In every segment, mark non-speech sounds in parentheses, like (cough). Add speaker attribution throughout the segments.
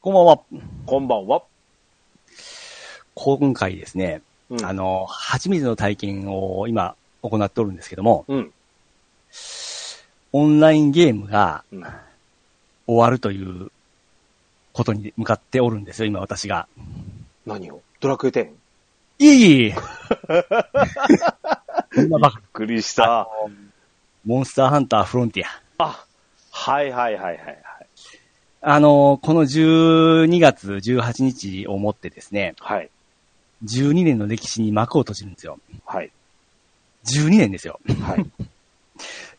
Speaker 1: こんばんは。
Speaker 2: こんばんは。
Speaker 1: 今回ですね、
Speaker 2: うん
Speaker 1: あの、初めての体験を今行っておるんですけども、
Speaker 2: うん。
Speaker 1: オンラインゲームが
Speaker 2: うん
Speaker 1: 終わるということに向かっておるんですよ、今私が。
Speaker 2: 何をドラクエ10。びっ
Speaker 1: いえいえこんなばっか
Speaker 2: くりした。
Speaker 1: モンスターハンターフロンティア。
Speaker 2: あ、はいはいはいはいはい。
Speaker 1: あの、この12月18日をもってですね、
Speaker 2: はい。
Speaker 1: 12年の歴史に幕を閉じるんですよ。
Speaker 2: はい。
Speaker 1: 12年ですよ。
Speaker 2: は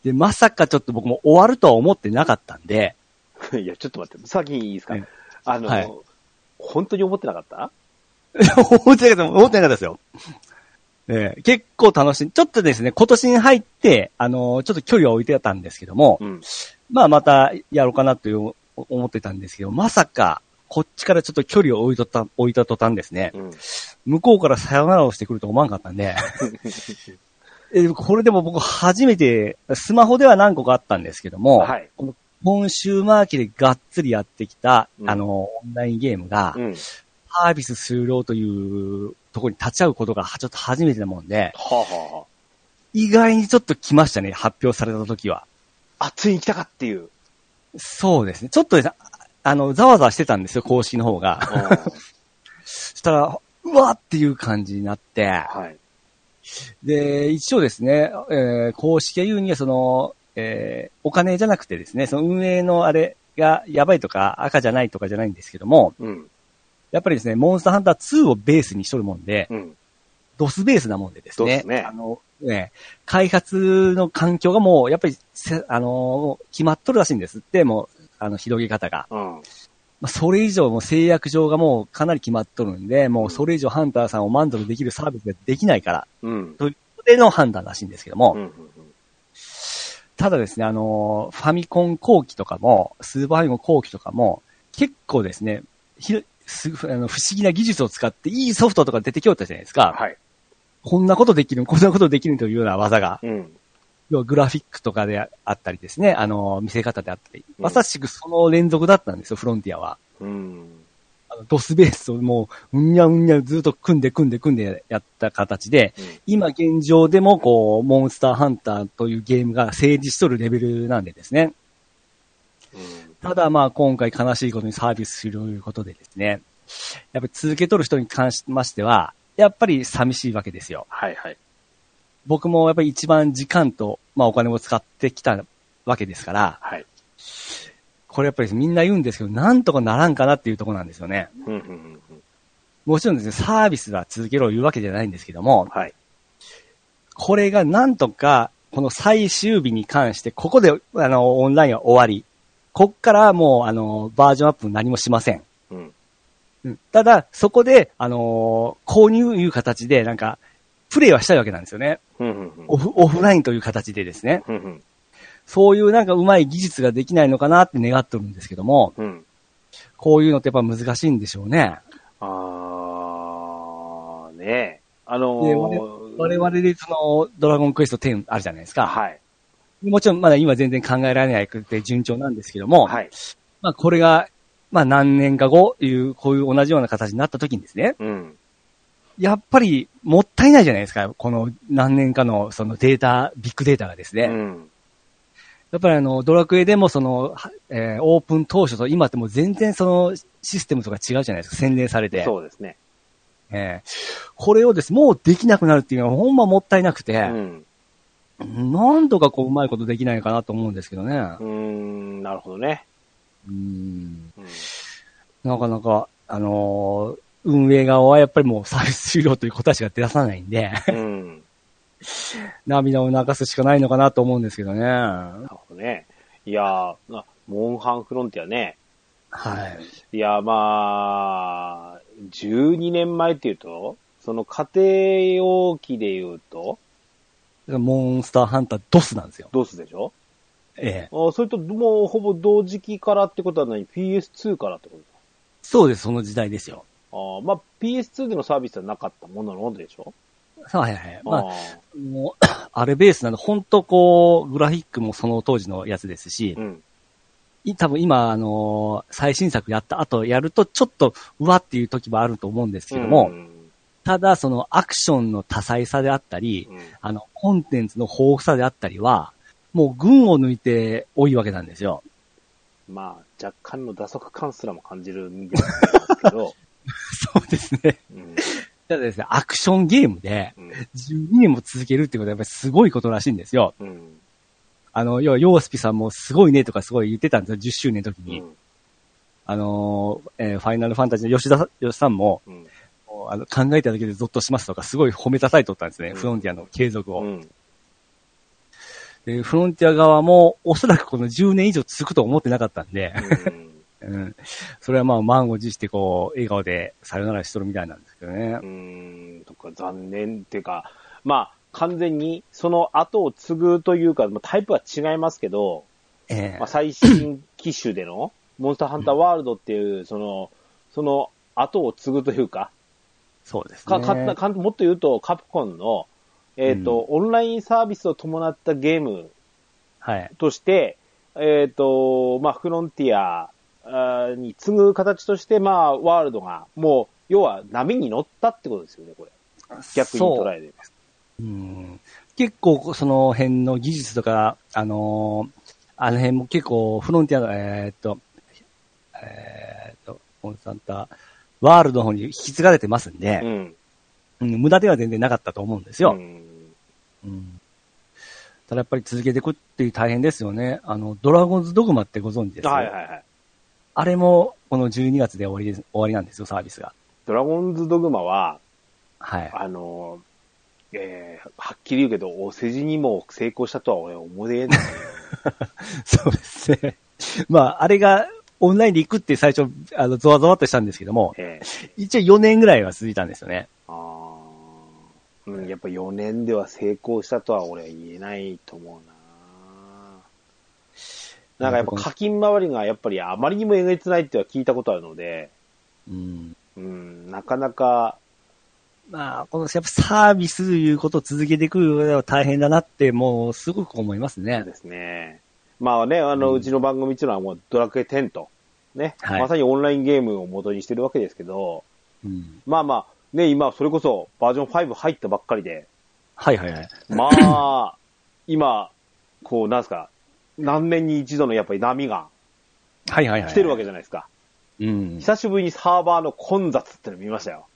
Speaker 1: で、まさかちょっと僕も終わるとは思ってなかったんで、
Speaker 2: い。 (laughs) いや、ちょっと待って。先にいいですか、
Speaker 1: うん
Speaker 2: あの、
Speaker 1: はい
Speaker 2: 本当に思ってなかった
Speaker 1: 思ってなかった、思ってなかったですよ。ええ結構楽しい。ちょっとですね、今年に入って、あのーちょっと距離は置いてたんですけども、
Speaker 2: ん。
Speaker 1: まあまたやろうかなという思ってたんですけど、まさか、こっちからちょっと距離を置いとった、置いた途端ですね、
Speaker 2: うん。
Speaker 1: 向こうからさよならをしてくると思わんかったん
Speaker 2: (laughs)
Speaker 1: で、えこれでも僕初めて、スマホでは何個かあったんですけども、
Speaker 2: はい。
Speaker 1: 今週マーキでがっつりやってきた、
Speaker 2: うん
Speaker 1: あのー、オンラインゲームが、
Speaker 2: うん。
Speaker 1: サービス終了というところに立ち会うことがちょっと初めてなもんで、
Speaker 2: はあ、は
Speaker 1: 意外にちょっと来ましたね、発表された時は。
Speaker 2: あ、あ、ついに来たかっていう。
Speaker 1: そうですね。ちょっとね、ああの、ざわざわしてたんですよ、公式の方が。したら、うわっていう感じになって。
Speaker 2: はい。
Speaker 1: で、一応ですね、えー公式が言うには、その、えーお金じゃなくてですね、その運営のあれがやばいとか赤じゃないとかじゃないんですけども、
Speaker 2: うん。
Speaker 1: やっぱりですね、モンスターハンター2をベースにしとるもんで、
Speaker 2: うん。
Speaker 1: ドスベースなもんでですね。
Speaker 2: ドスね
Speaker 1: あの、ね、開発の環境がもう、やっぱりせ、あの、決まっとるらしいんですって、もう、あの、広げ方が。
Speaker 2: うん。
Speaker 1: まあ、それ以上もう制約上がもうかなり決まっとるんで、もうそれ以上ハンターさんを満足できるサービスができないから、
Speaker 2: うん。
Speaker 1: それの判断らしいんですけども、
Speaker 2: うん。うん
Speaker 1: ただですね、あの、ファミコン後期とかも、スーパーファミコン後期とかも、結構ですね、ひろすごいあの不思議な技術を使っていいソフトとか出てきよったじゃないですか。
Speaker 2: はい。
Speaker 1: こんなことできる、こんなことできるというような技が。
Speaker 2: うん。
Speaker 1: 要はグラフィックとかであったりですね、あの、見せ方であったり、
Speaker 2: うん
Speaker 1: まさしくその連続だったんですよ、フロンティアは。
Speaker 2: うん。
Speaker 1: あのドスベースをもう、うんにゃうんにゃずっと組んで組んで組んでやった形で、今現状でもこう、モンスターハンターというゲームが成立しとるレベルなんでですね。
Speaker 2: うん。
Speaker 1: ただまあ今回悲しいことにサービス終了ということでですね、やっぱり続けとる人に関しましては、やっぱり寂しいわけですよ。
Speaker 2: はいはい。
Speaker 1: 僕もやっぱり一番時間と、まあお金も使ってきたわけですから、
Speaker 2: はい。
Speaker 1: これやっぱりみんな言うんですけど、なんとかならんかなっていうところなんですよね。
Speaker 2: うん。うん。うん
Speaker 1: もちろんですね、サービスは続けろ言うわけじゃないんですけども、
Speaker 2: はい。
Speaker 1: これがなんとか、この最終日に関して、ここで、あの、オンラインは終わり。こっからはもう、あの、バージョンアップ何もしません。
Speaker 2: うん。
Speaker 1: うんただ、そこで、あの購入いう形で、なんか、プレイはしたいわけなんですよね。
Speaker 2: うん。うん
Speaker 1: オフ、オフラインという形でですね。
Speaker 2: うん。
Speaker 1: そういうなんかうまい技術ができないのかなって願ってるんですけども、
Speaker 2: うん。
Speaker 1: こういうのってやっぱ難しいんでしょうね。
Speaker 2: あー、ねえ。あの
Speaker 1: で
Speaker 2: ー、
Speaker 1: 我々でその、ドラゴンクエスト10あるじゃないですか。
Speaker 2: はい。
Speaker 1: もちろんまだ今全然考えられなくて順調なんですけども、
Speaker 2: はい。
Speaker 1: まあこれが、まあ何年か後、いう、こういう同じような形になった時にですね、
Speaker 2: うん。
Speaker 1: やっぱりもったいないじゃないですか、この何年かのそのデータ、ビッグデータがですね。
Speaker 2: うん。
Speaker 1: やっぱりあの、ドラクエでもその、はえーオープン当初と今ってもう全然そのシステムとか違うじゃないですか、洗練されて。
Speaker 2: そうですね。
Speaker 1: えーこれをです、もうできなくなるっていうのはほんまもったいなく
Speaker 2: う
Speaker 1: て、
Speaker 2: ん。
Speaker 1: なんとかこううまいことできないかなと思うんですけどね。
Speaker 2: うーん、なるほどね。
Speaker 1: うん
Speaker 2: うん
Speaker 1: なかなか、あのー運営側はやっぱりもうサービス終了という答えしか出さないんで、 (laughs)
Speaker 2: うん。
Speaker 1: 涙を流すしかないのかなと思うんですけどね。は
Speaker 2: なるほどね。いやー、あモンハンフロンティアね。
Speaker 1: い。
Speaker 2: いやー、まあ、12年前っていうと、その家庭用機で言うと、
Speaker 1: モンスターハンタードスなんですよ。
Speaker 2: ドスでしょ
Speaker 1: ええ。
Speaker 2: あーそれともうほぼ同時期からってことは何 ?PS2 からってことですか
Speaker 1: そうです、その時代ですよ。
Speaker 2: あーまあ PS2 でのサービスはなかったものなのでしょ
Speaker 1: はいはい。ま
Speaker 2: あ
Speaker 1: あ、
Speaker 2: ー
Speaker 1: もう、あれベースなんで、ほんとこう、グラフィックもその当時のやつですし
Speaker 2: う、ん。
Speaker 1: い多分今、あのー最新作やった後やると、ちょっと、うわっていう時もあると思うんですけども、
Speaker 2: うん
Speaker 1: ただ、そのアクションの多彩さであったり、
Speaker 2: うん
Speaker 1: あの、コンテンツの豊富さであったりは、もう群を抜いて多いわけなんですよ。 (laughs)
Speaker 2: まあ、若干の打足感すらも感じるんです
Speaker 1: (laughs)
Speaker 2: けど、
Speaker 1: そうですね。
Speaker 2: うん
Speaker 1: ただですね、アクションゲームで
Speaker 2: うん
Speaker 1: 12年も続けるってことはやっぱりすごいことらしいんですよ。
Speaker 2: うん
Speaker 1: あの、要は、ヨースピさんもすごいねとかすごい言ってたんですよ、10周年の時
Speaker 2: う
Speaker 1: に。
Speaker 2: ん
Speaker 1: あのー、えーファイナルファンタジーの吉田さん吉田さんも、
Speaker 2: うん
Speaker 1: もうあの考えただけでゾッとしますとか、すごい褒めたたいとったんですね、
Speaker 2: うん
Speaker 1: フロンティアの継続を、
Speaker 2: うん
Speaker 1: で。フロンティア側も、おそらくこの10年以上続くと思ってなかったんで、うん。それはまあ、満を持して、こう、笑顔でさよならしとるみたいなんですけどね
Speaker 2: う。んとか残念っていうか、まあ、完全にその後を継ぐというか、まあタイプは違いますけど、
Speaker 1: ええ
Speaker 2: まあ、最新機種でのモンスターハンターワールドっていう、その、その後を継ぐというか、
Speaker 1: そうです
Speaker 2: か
Speaker 1: ね。
Speaker 2: かったかんもっと言うと、カプコンの、えっ、と、オンラインサービスを伴ったゲーム
Speaker 1: はい。
Speaker 2: として、えっ、と、まあ、フロンティアあーに次ぐ形として、まあ、ワールドが、もう、要は波に乗ったってことですよね、これ。逆に捉えれば。
Speaker 1: うん結構、その辺の技術とか、あのーあの辺も結構、フロンティアの、えーっと、えーっと、コンサンタ、ワールドの方に引き継がれてますん
Speaker 2: う
Speaker 1: で、
Speaker 2: ん。
Speaker 1: うん無駄では全然なかったと思うんです
Speaker 2: う
Speaker 1: よ。
Speaker 2: ん
Speaker 1: うんただやっぱり続けていくっていう大変ですよね。あの、ドラゴンズドグマってご存知です
Speaker 2: はいはいはい。
Speaker 1: あれも、この12月で終わりです、終わりなんですよ、サービスが。
Speaker 2: ドラゴンズドグマは、
Speaker 1: はい。
Speaker 2: あの、えーはっきり言うけど、お世辞にも成功したとは俺思えない。
Speaker 1: (laughs) そうですね。まあ、あれが、オンラインで行くって最初、あの、ゾワゾワっとしたんですけども、 (laughs)
Speaker 2: えー
Speaker 1: 一応4年ぐらいは続いたんですよね。
Speaker 2: あーうん、やっぱ4年では成功したとは俺は言えないと思うななんかやっぱ課金周りがやっぱりあまりにもえげつないっては聞いたことあるので、
Speaker 1: うん。
Speaker 2: うん、なかなか、
Speaker 1: まあ、この、やっぱサービスということを続けていく上では大変だなって、もう、すごく思いますね
Speaker 2: で。すね。まあね、あの、
Speaker 1: うん
Speaker 2: うちの番組っていうのはもうドラクエ10と、ね、
Speaker 1: はい
Speaker 2: まさにオンラインゲームを元にしてるわけですけど、
Speaker 1: うん。
Speaker 2: まあまあ、ね、今それこそバージョン5入ったばっか
Speaker 1: (laughs)
Speaker 2: りで、
Speaker 1: はいはいはい。
Speaker 2: まあ、今、こう、なんすか、何年に一度のやっぱり波が
Speaker 1: はいはいはい。
Speaker 2: 来てるわ
Speaker 1: け。
Speaker 2: けじゃないですか。
Speaker 1: うん。
Speaker 2: 久しぶりにサーバーの混雑っての見ました
Speaker 1: (laughs)
Speaker 2: よ。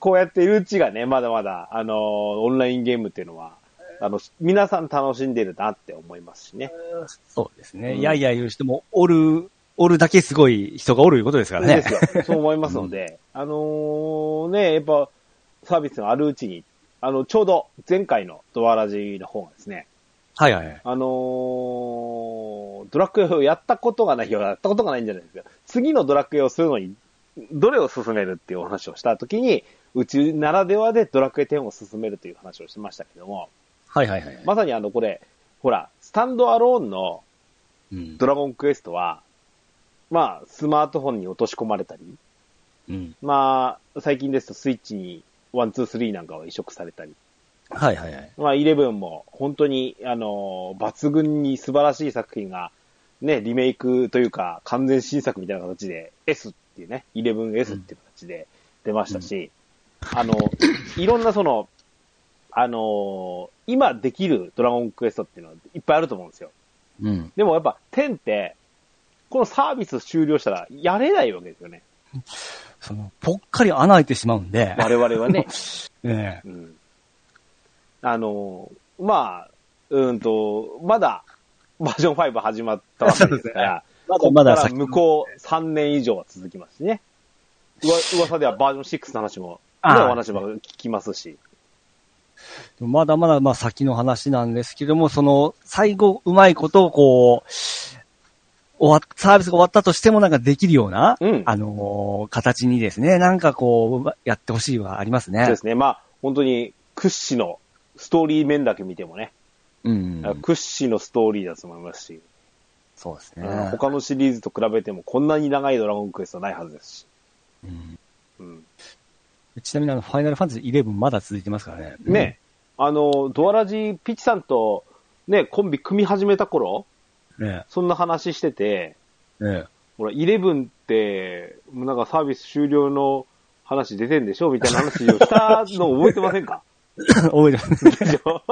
Speaker 2: こうやっているうちがね、まだまだ、あのーオンラインゲームっていうのは、あの、皆さん楽しんでるなって思いますしね。
Speaker 1: そうですね。
Speaker 2: うん
Speaker 1: いやいや言う人も、おる、おるだけすごい人がおるいうことですから
Speaker 2: で
Speaker 1: ね。
Speaker 2: すよ。そう思いますので、あのーね、やっぱ、サービスがあるうちに、あの、ちょうど前回のドアラジの方がですね、
Speaker 1: はいはいはい。
Speaker 2: あのードラクエをやったことがないよ、やったことがないんじゃないですか。次のドラクエをするのに、どれを進めるっていうお話をしたときに、宇宙ならではでドラクエ10を進めるという話をしてましたけども、
Speaker 1: はいはいはい。
Speaker 2: まさにあの、これ、ほら、スタンドアローンの
Speaker 1: うん
Speaker 2: ドラゴンクエストは、まあ、スマートフォンに落とし込まれたり、
Speaker 1: うん。
Speaker 2: まあ、最近ですとスイッチに1,2,3なんかを移植されたり、
Speaker 1: はいはいはい。
Speaker 2: まあ、11も本当に、あの、抜群に素晴らしい作品が、ね、リメイクというか、完全新作みたいな形で、S っていうね、11S っていう形で出ましたし、あの、いろんなその、あの、今できるドラゴンクエストっていうのはいっぱいあると思うんですよ。
Speaker 1: うん。
Speaker 2: でもやっぱ10って、このサービス終了したらやれないわけですよね。
Speaker 1: その、ぽっかり穴開いてしまうんで、
Speaker 2: 我々はね。
Speaker 1: ええ
Speaker 2: うんあの、まあ、うんと、まだ、バージョン5始まったわけですから、
Speaker 1: まだ
Speaker 2: ここ
Speaker 1: ま
Speaker 2: か
Speaker 1: だ
Speaker 2: ら
Speaker 1: 先
Speaker 2: 向こう3年以上は続きますしね。うわ噂ではバージョン6の話も、ね、
Speaker 1: ああ
Speaker 2: お話も聞きますし。
Speaker 1: まだまだまあ先の話なんですけども、その、最後、うまいことをこう、終わっサービスが終わったとしてもなんかできるような、
Speaker 2: うん
Speaker 1: あのー形にですね、なんかこううま、やってほしいはありますね。
Speaker 2: そうですね。まあ、本当に屈指のストーリー面だけ見てもね、
Speaker 1: うん。
Speaker 2: 屈指のストーリーだと思いますし、
Speaker 1: そうです
Speaker 2: う
Speaker 1: ね。
Speaker 2: ん他のシリーズと比べてもこんなに長いドラゴンクエストはないはずですし。
Speaker 1: うん
Speaker 2: うん
Speaker 1: ちなみにあの、ファイナルファンタジー11まだ続いてますからね。
Speaker 2: ね、あの、ドアラジピチさんとね、コンビ組み始めた頃、
Speaker 1: ね
Speaker 2: そんな話してて、
Speaker 1: え、ね (coughs)
Speaker 2: ほら、11って、もうなんかサービス終了の話出てんでしょみたいな話をしたの覚えてませ
Speaker 1: (laughs)
Speaker 2: んか
Speaker 1: え。覚えてます。
Speaker 2: でしょ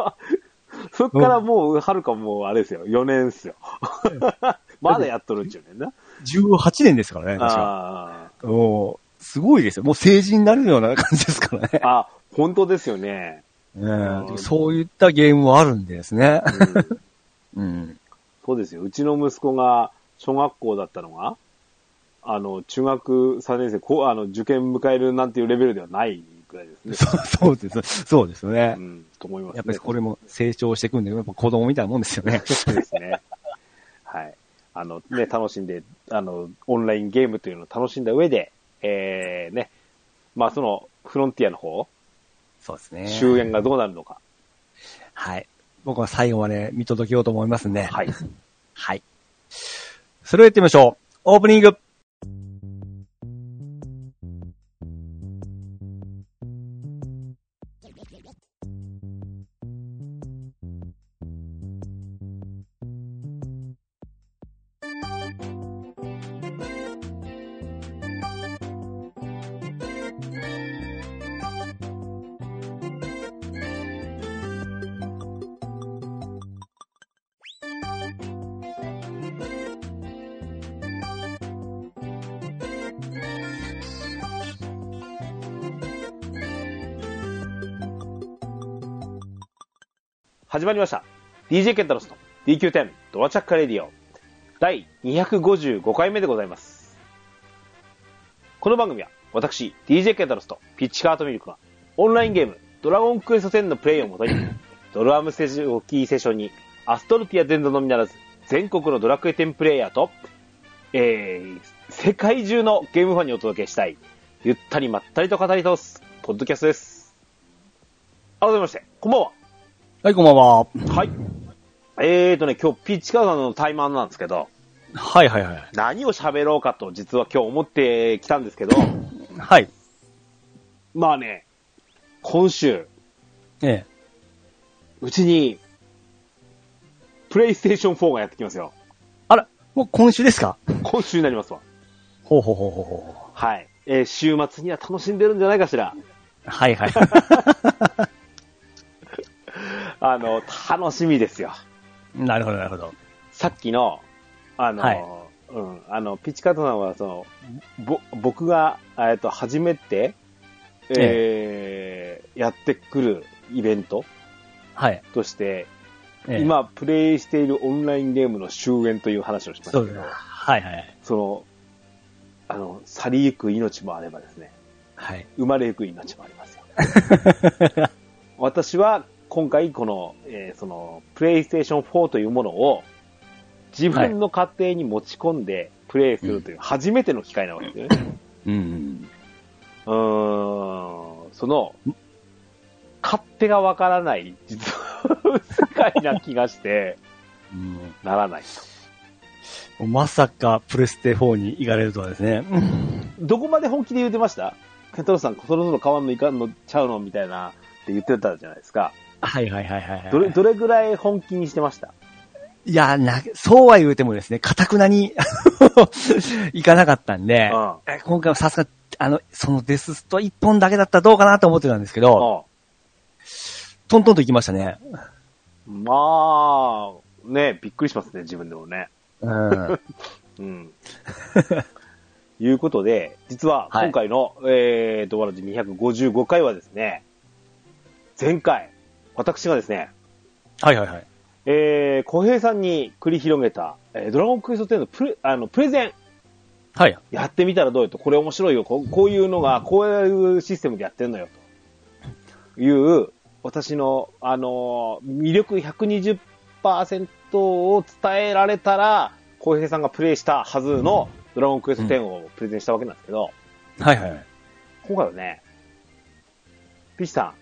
Speaker 2: そっからもう、はるかもうあれですよ、4年っすよ。 (laughs) まだやっとるんちゅうねんな。
Speaker 1: 18年ですからね、確か。
Speaker 2: あ
Speaker 1: もう、すごいですよ。もう成人になるような感じですからね
Speaker 2: ー。あ、本当ですよね。
Speaker 1: ねえそういったゲームはあるんですね。
Speaker 2: うん
Speaker 1: うん。
Speaker 2: そうですよ。うちの息子が小学校だったのが、あの、中学3年生、こうあの受験迎えるなんていうレベルではないくらいですね。
Speaker 1: (laughs) そうそうです。そうですよね
Speaker 2: う。ん、と思います、ね。
Speaker 1: やっぱりこれも成長していくんで、やっぱ子供みたいなもんですよね。
Speaker 2: そうですね。 (laughs) はい。あの、ね、楽しんで、あの、オンラインゲームというのを楽しんだ上で、えー、ね、まあその、フロンティアの方、
Speaker 1: (laughs) そうですね。
Speaker 2: 終焉がどうなるのか。
Speaker 1: はい。僕は最後まで見届けようと思いますんで。
Speaker 2: はい。
Speaker 1: はい。それを言ってみましょう。オープニング
Speaker 2: 始まりました。DJ ケンタロスの DQ10 ドアチャッカレディオ第255回目でございます。この番組は私、DJ ケンタロスとピッチカートミルクがオンラインゲームドラゴンクエスト10のプレイをもとにドラムセジオキーセッションにアストルティア全土のみならず全国のドラクエ10プレイヤーと、えー、世界中のゲームファンにお届けしたいゆったりまったりと語り倒すポッドキャストです。改めまして、こんばんは。
Speaker 1: はい、こんばんは。
Speaker 2: はい。えーとね、今日ピッチカーさんのタイマンなんですけど、
Speaker 1: はいはいはい。
Speaker 2: 何を喋ろうかと実は今日思ってきたんですけど、
Speaker 1: はい。
Speaker 2: まあね、今週、
Speaker 1: ええ。
Speaker 2: うちに、プレイステーション4がやってきますよ。
Speaker 1: あら、もう今週ですか
Speaker 2: 今週になりますわ。
Speaker 1: ほうほうほうほうほう。
Speaker 2: はい。えー週末には楽しんでるんじゃないかしら。
Speaker 1: はいはい。
Speaker 2: あの、楽しみですよ。
Speaker 1: (laughs) なるほどなるほど。
Speaker 2: さっきの、あの、
Speaker 1: はい
Speaker 2: うん、あの、ピッチカートさんは、その、ぼ、僕が、えっと、初めて、えーやってくるイベント
Speaker 1: はい。
Speaker 2: として、
Speaker 1: ええ、
Speaker 2: 今、プレイしているオンラインゲームの終焉という話をしました
Speaker 1: そう
Speaker 2: け
Speaker 1: ですね。
Speaker 2: ど、
Speaker 1: はいはい。
Speaker 2: その、あの、去りゆく命もあればですね、
Speaker 1: はい。
Speaker 2: 生まれゆく命もありますよ。
Speaker 1: (laughs)
Speaker 2: 私は、今回、この、えーその、プレイステーション4というものを、自分の家庭に持ち込んで、プレイするという、初めての機会なわけですよね。
Speaker 1: (laughs) うん。
Speaker 2: うーんその、勝手がわからない、実は、世界な気がして、
Speaker 1: うん
Speaker 2: ならない。
Speaker 1: まさかプレステ4に行かれるとはですね。
Speaker 2: どこまで本気で言ってましたケンタロウさん、そろそろ変わんのいかんのちゃうのみたいなって言ってたじゃないですか。
Speaker 1: はいはいはいはいはい。
Speaker 2: どれ、どれぐらい本気にしてました
Speaker 1: いや、な、そうは言うてもですね、かたくなに、 (laughs) あのいかなかったんで、
Speaker 2: うん
Speaker 1: え今回はさすが、あの、そのデススト一本だけだったらどうかなと思ってたんですけど、
Speaker 2: う
Speaker 1: トントンと行きましたね。
Speaker 2: ん。まあ、ね、びっくりしますね、自分でもね。
Speaker 1: (laughs) うん。
Speaker 2: うん。いうことで、実は
Speaker 1: はい
Speaker 2: 今回の、えーと、ドワラジ255回はですね、前回、私がですね、
Speaker 1: はいはいはい。
Speaker 2: えー、小平さんに繰り広げた、えードラゴンクエスト10のプレあのプレゼン、
Speaker 1: はい。
Speaker 2: やってみたらどうよと、これ面白いよ、ここういうのが、こういうシステムでやってんのよ、という、私の、あのー魅力120%を伝えられたら、浩平さんがプレイしたはずのドラゴンクエスト10をプレゼンしたわけなんですけど、
Speaker 1: はいはいはい。
Speaker 2: 今回はね、ピッチさ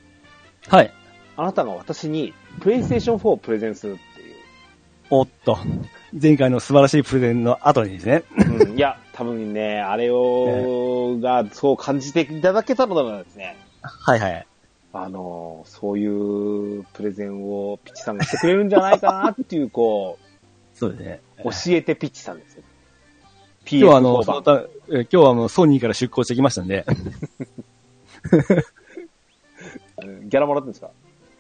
Speaker 2: ん、
Speaker 1: はい。
Speaker 2: あなたが私に、プレイステーション4をプレゼンするっていう。
Speaker 1: おっと。前回の素晴らしいプレゼンの後にですね。
Speaker 2: うんいや、多分ね、あれを、が、そう感じていただけたのならですね、
Speaker 1: はいはい。
Speaker 2: あの、そういうプレゼンをピッチさんがしてくれるんじゃないかなっていう、こ
Speaker 1: そうですね。
Speaker 2: 教えてピッチさんですよ。
Speaker 1: (laughs) 今日はあの、
Speaker 2: PS4
Speaker 1: その
Speaker 2: 版
Speaker 1: たえ今日はもうソニーから出向してきましたんで、
Speaker 2: うんギャラもらってんですか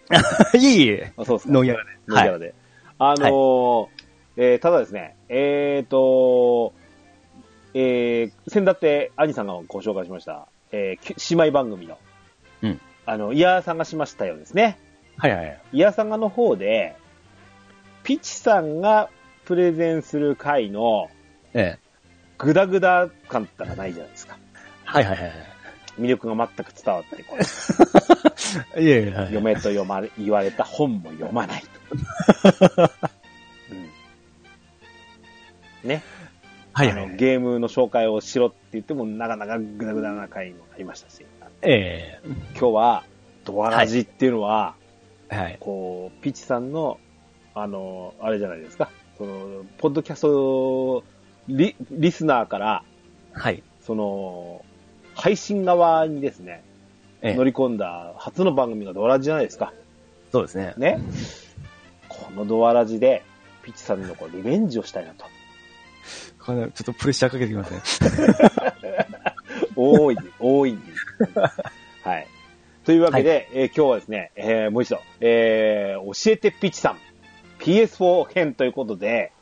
Speaker 1: (laughs) いえ (laughs) いえ、
Speaker 2: あ、そうですか。
Speaker 1: ノンヤラで。
Speaker 2: ノーギャラで。あのーえーただですね、えっ、と、えー、先だって、兄さんがご紹介しました、えーき、姉妹番組の、
Speaker 1: うん
Speaker 2: あの、イヤーさんがしましたようですね。
Speaker 1: はいはいはい。
Speaker 2: イヤサガの方で、ピチさんがプレゼンする回の
Speaker 1: ええ。
Speaker 2: グダグダ感ったらないじゃないですか。
Speaker 1: はいはいはい
Speaker 2: 魅力が全く伝わってこない。
Speaker 1: はい。いえいえ、はい。
Speaker 2: 読めと読まれ、言われた本も読まないと。
Speaker 1: (laughs)
Speaker 2: うん、ね、
Speaker 1: はいは
Speaker 2: あ
Speaker 1: いは
Speaker 2: の
Speaker 1: い。
Speaker 2: ゲームの紹介をしろって言っても、なかなかグダグダな回もありましたし、
Speaker 1: え
Speaker 2: 今日はドアラジっていうのは、
Speaker 1: え。はい。
Speaker 2: こう、ピチさんの、あの、あれじゃないですか、その、ポッドキャストリ、リスナーから、
Speaker 1: はい。
Speaker 2: その、配信側にですね、
Speaker 1: ええ
Speaker 2: 乗。り込んだ初の番組がドアラジじゃないですか。
Speaker 1: そうですね。
Speaker 2: ね。このドアラジで、ピチさんのこうリベンジをしたいなと。
Speaker 1: これちょっとプレッシャーかけてきますね。
Speaker 2: 大いに、大いに。はい。というわけで、えー今日はですね、えーもう一度、えー教えてピチさん、PS4 編ということで、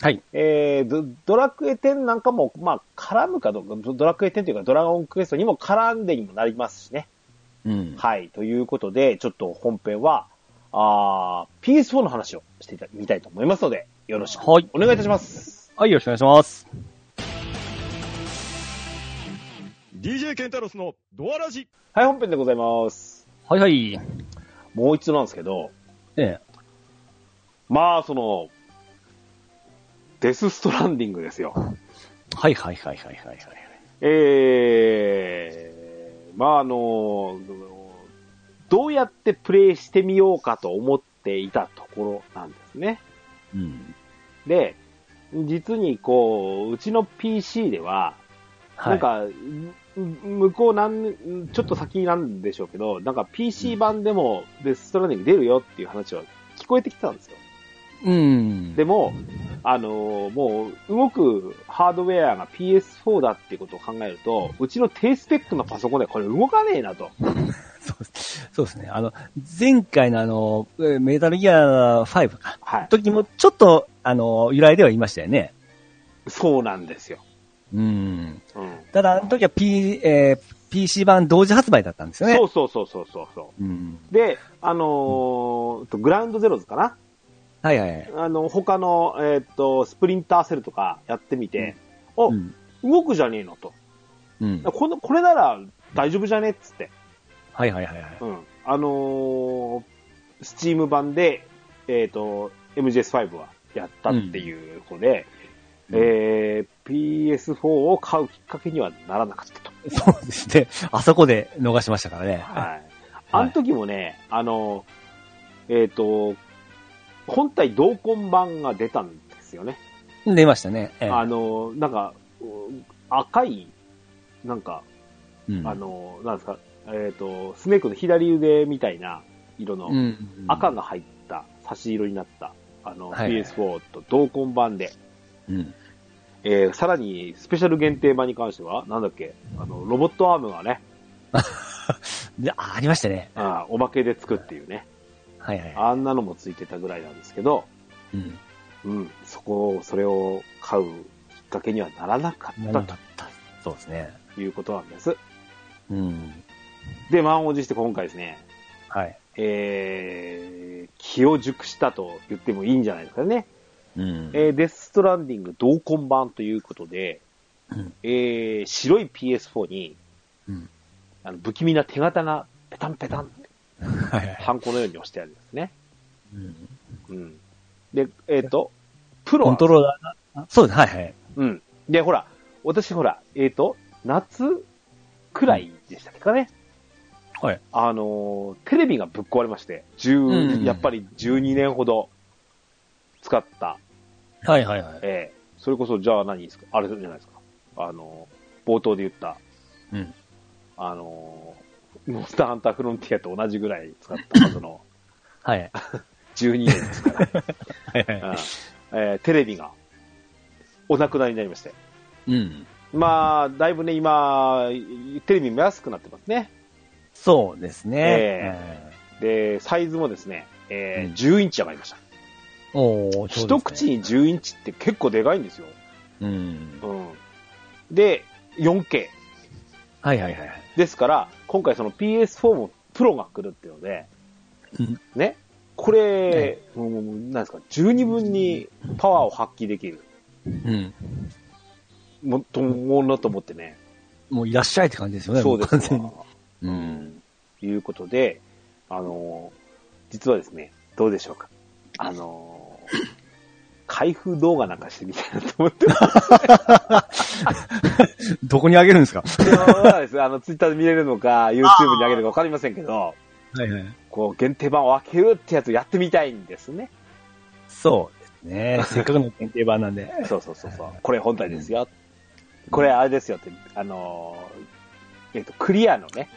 Speaker 1: はい。
Speaker 2: えードドラクエ10なんかも、まあ、絡むかどうか、ドドラクエ10というか、ドラゴンクエストにも絡んでにもなりますしね。
Speaker 1: うん。
Speaker 2: はい。ということで、ちょっと本編は、あー PS4 の話をしていたみたいと思いますので、よろしくお
Speaker 1: はい
Speaker 2: 願いいたします。
Speaker 1: はい、よろしくお願いします。
Speaker 3: DJ ケンタロスのドアラジ
Speaker 2: はい、本編でございます。
Speaker 1: はいはい。え
Speaker 2: もう一度なんですけど、
Speaker 1: え。
Speaker 2: まあ、その、デスストランディングですよ。
Speaker 1: はいはいはいはいはいはい。
Speaker 2: えー、まあ、あの、どうやってプレイしてみようかと思っていたところなんですね。
Speaker 1: うん。
Speaker 2: で、実にこう、うちの PC では、
Speaker 1: は。
Speaker 2: ないんか、む向こうなん、ちょっと先なんでしょうけど、なんか PC 版でもデスストランディング出るよっていう話は聞こえてきてたんですよ。
Speaker 1: うん。
Speaker 2: でも、あのーもう動くハードウェアが PS4 だっていうことを考えると、うちの低スペックのパソコンではこれ動かねえなと。
Speaker 1: そうですそうですね。あの、前回のあの、えーメタルギア5か。
Speaker 2: はい。
Speaker 1: 時もちょっと、あの、由来では言いましたよね。
Speaker 2: そうなんですよ。
Speaker 1: うん。
Speaker 2: うん。
Speaker 1: ただ、あの時は P、えー PC 版同時発売だったんですよね。
Speaker 2: そうそうそうそうそうそ
Speaker 1: うん。
Speaker 2: う。で、あのーとグラウンドゼロズかな
Speaker 1: はいはいはい。
Speaker 2: あの、他の、えーっと、スプリンターセルとかやってみて、お、
Speaker 1: うん。
Speaker 2: 動くじゃねえのと。
Speaker 1: うん。
Speaker 2: この、これなら大丈夫じゃねっつって。
Speaker 1: はいはいはいはい。
Speaker 2: うん。あのー、スチーム版で、えっ、と、MGS5 はやったっていうことで、
Speaker 1: うん
Speaker 2: えー、PS4 を買うきっかけにはならなかったと。
Speaker 1: そうですね。あそこで逃しましたからね。
Speaker 2: はい。あの時もね、あのー、えっ、と、本体同梱版が出たんですよね。
Speaker 1: 出ましたね。ええ
Speaker 2: あのー、なんか、うん赤い、なんか、
Speaker 1: うん
Speaker 2: あのー、なんですか、えっ、と、スネークの左腕みたいな色の、
Speaker 1: うん
Speaker 2: 赤が入った、差し色になった、あの、
Speaker 1: はいはい
Speaker 2: PS4 と同梱版で、
Speaker 1: うん。
Speaker 2: えーさらに、スペシャル限定版に関しては、なんだっけ、あの、ロボットアームがね、
Speaker 1: であありましたね。
Speaker 2: あーおまけでつくっていうね、
Speaker 1: はいはい。
Speaker 2: あんなのもついてたぐらいなんですけど、
Speaker 1: うん。
Speaker 2: うん、そこを、それを買うきっかけにはならなか
Speaker 1: な
Speaker 2: っ
Speaker 1: ら
Speaker 2: た
Speaker 1: なかった。そうですね。
Speaker 2: ということなんです。
Speaker 1: うん。
Speaker 2: で、満を持して今回ですね、
Speaker 1: はい。
Speaker 2: えー、気を熟したと言ってもいいんじゃないですかね。
Speaker 1: うん。
Speaker 2: えーデス・ストランディング同梱版ということで、
Speaker 1: うん
Speaker 2: えー白い PS4 に、
Speaker 1: うん
Speaker 2: あの不気味な手形がペタンペタンって
Speaker 1: はいはい。
Speaker 2: ハンコのように押してあるんですね。
Speaker 1: うん
Speaker 2: うん、で、えっ、と、プロ
Speaker 1: コン
Speaker 2: は
Speaker 1: トローラーが、そうです。はいはい。
Speaker 2: うん。で、ほら、私ほら、えっ、と、夏くらいでしたっけかね。
Speaker 1: はい。
Speaker 2: あのーテレビがぶっ壊れまして、10
Speaker 1: うん
Speaker 2: やっぱり12年ほど使った
Speaker 1: はいはいはい。
Speaker 2: ええそれこそ、じゃあ何ですかあれじゃないですか。あの、冒頭で言った、
Speaker 1: うん。
Speaker 2: あの、モンスターハンターフロンティアと同
Speaker 1: (laughs)
Speaker 2: じぐらい使ったはずの
Speaker 1: はい。
Speaker 2: 12年ですか
Speaker 1: はいはい
Speaker 2: ら、うんえーテレビがお亡くなりになりまして。
Speaker 1: うん。
Speaker 2: まあ、だいぶね、今、テレビ見やすくなってますね。
Speaker 1: そうですね。
Speaker 2: えで、サイズもですね、
Speaker 1: う
Speaker 2: えー
Speaker 1: ん
Speaker 2: 10インチ上がりました。
Speaker 1: うんおーそうですね
Speaker 2: 一口に10インチって結構でかいんですよ。
Speaker 1: うん。
Speaker 2: うん。で、4K。
Speaker 1: はいはいはいはい。
Speaker 2: ですから、今回その PS4 もプロが来るっていうので、
Speaker 1: うん
Speaker 2: ね、これ、うんなんですか、十二分にパワーを発揮できる
Speaker 1: うん。
Speaker 2: もとものだと思ってね。
Speaker 1: もういらっしゃいって感じですよね。
Speaker 2: そうです
Speaker 1: も
Speaker 2: わ
Speaker 1: 完全に。う。
Speaker 2: うんん。いうことで、あのー、実はですね、どうでしょうか。あのー、開封動画なんかしてみたいなと思ってます。
Speaker 1: どこにあげるんですか
Speaker 2: わかんない
Speaker 1: (laughs)
Speaker 2: ですあの、ツイッターで見れるのか、YouTube に上げるのかわかりませんけど、
Speaker 1: はいはい。
Speaker 2: こう、限定版を開けるってやつをやってみたいんですね。
Speaker 1: そうです (laughs) ね。せっかくの限定版なんで。
Speaker 2: そうそうそうそう。これ本体ですよ。これあれですよって、あのーえっ、と、クリアのね、